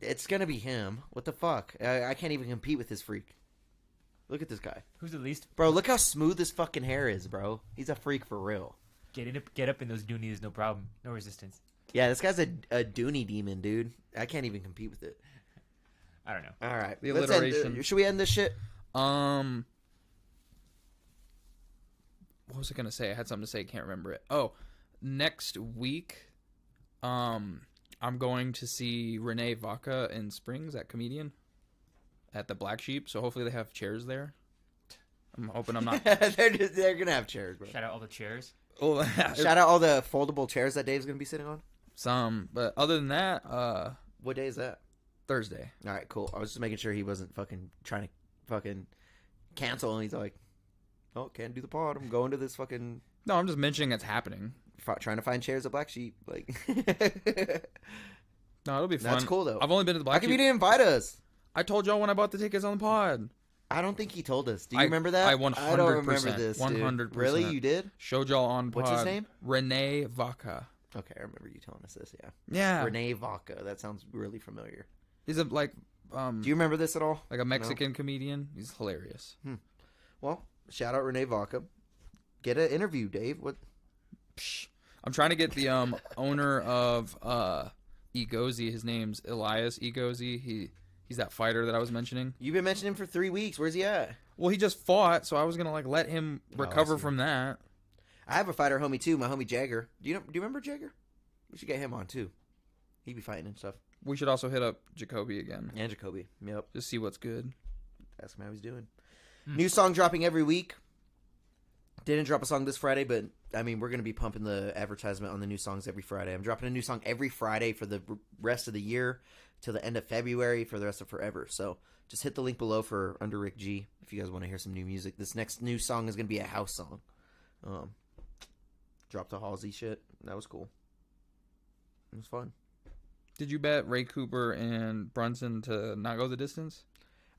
Speaker 3: It's gonna be him. What the fuck? I, I can't even compete with this freak. Look at this guy,
Speaker 2: Who's the least
Speaker 3: bro. Look how smooth his fucking hair is, bro. He's a freak for real.
Speaker 2: get up get up in those new knees? No problem. No resistance.
Speaker 3: Yeah, this guy's a a Dooney demon, dude. I can't even compete with it.
Speaker 2: I don't know.
Speaker 3: All right,
Speaker 4: The
Speaker 3: let's end-
Speaker 4: alliteration.
Speaker 3: should we end this shit?
Speaker 4: Um, what was I gonna say? I had something to say. I can't remember it. Oh, next week, um, I'm going to see Renee Vaca in Springs, that comedian, at the Black Sheep. So hopefully they have chairs there. I'm hoping I'm not.
Speaker 3: they're just, they're gonna have chairs, bro.
Speaker 2: Shout out all the chairs.
Speaker 4: oh,
Speaker 3: Shout out all the foldable chairs that Dave's gonna be sitting on.
Speaker 4: some. But other than that, uh,
Speaker 3: What day is that?
Speaker 4: Thursday.
Speaker 3: All right, cool. I was just making sure he wasn't fucking trying to fucking cancel, and he's like, "Oh, can't do the pod. I'm going to this fucking
Speaker 4: No, I'm just mentioning it's happening.
Speaker 3: f- trying to find chairs at Black Sheep." Like,
Speaker 4: No, it'll be fun.
Speaker 3: That's cool, though.
Speaker 4: I've only been to the
Speaker 3: how
Speaker 4: Black
Speaker 3: come you
Speaker 4: Sheep.
Speaker 3: didn't invite us?
Speaker 4: I told y'all when I bought the tickets on the pod.
Speaker 3: I don't think he told us. Do you
Speaker 4: I-
Speaker 3: remember that?
Speaker 4: I
Speaker 3: I don't remember
Speaker 4: 100%,
Speaker 3: this. 100.
Speaker 4: 100%.
Speaker 3: Really, you did?
Speaker 4: Showed y'all on pod.
Speaker 3: What's his name?
Speaker 4: Renee Vaca.
Speaker 3: Okay, I remember you telling us this. Yeah,
Speaker 4: Yeah.
Speaker 3: Renee Vaca. That sounds really familiar.
Speaker 4: He's a like um
Speaker 3: Do you Hmm. remember this at all?
Speaker 4: like a Mexican comedian. He's hilarious.
Speaker 3: Well, shout out Renee Vaca. Get an interview, Dave. What?
Speaker 4: Psh. I'm trying to get the um owner of uh Egozi. His name's Elias Egozi. He he's that fighter that I was mentioning.
Speaker 3: You've been mentioning him for three weeks. Where's he at?
Speaker 4: Well, he just fought, so I was gonna like let him
Speaker 3: Oh, I
Speaker 4: recover
Speaker 3: see.
Speaker 4: from that.
Speaker 3: I have a fighter homie too, my homie Jagger. Do you know, do you remember Jagger? We should get him on too. He'd be fighting and stuff.
Speaker 4: We should also hit up Jacoby again.
Speaker 3: And Jacoby. Yep.
Speaker 4: Just see what's good.
Speaker 3: Ask him how he's doing.
Speaker 4: Hmm.
Speaker 3: New song dropping every week. Didn't drop a song this Friday, but I mean, we're going to be pumping the advertisement on the new songs every Friday. I'm dropping a new song every Friday for the r- rest of the year till the end of February for the rest of forever. So just hit the link below for Under Rick G if you guys want to hear some new music. This next new song is going to be a house song. Um, dropped the Halsey shit. That was cool. It was fun.
Speaker 4: Did you bet Ray Cooper and Brunson to not go the distance?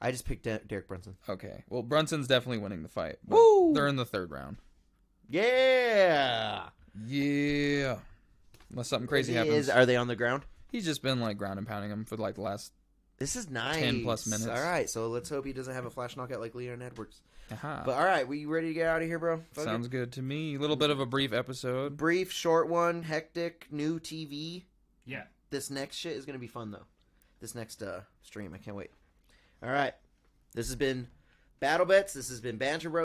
Speaker 3: I just picked De- Derek Brunson.
Speaker 4: Okay. Well, Brunson's definitely winning the fight. but
Speaker 3: Woo!
Speaker 4: They're in the third round.
Speaker 3: Yeah.
Speaker 4: Yeah. Unless something crazy
Speaker 3: He
Speaker 4: happens.
Speaker 3: is- are they on the ground?
Speaker 4: He's just been like ground and pounding him for like the last.
Speaker 3: This is nice.
Speaker 4: 10 plus minutes.
Speaker 3: All right, so let's hope he doesn't have a flash knockout like Leon Edwards.
Speaker 4: Aha.
Speaker 3: But all right, we ready to get out of here, bro? Fuck it.
Speaker 4: Uh, Sounds good to me. A little bit of a brief episode.
Speaker 3: brief, short one, hectic, new TV.
Speaker 2: Yeah.
Speaker 3: This next shit is gonna be fun though. This next uh stream, I can't wait. All right, this has been Battle Bets. This has been Banter Bros.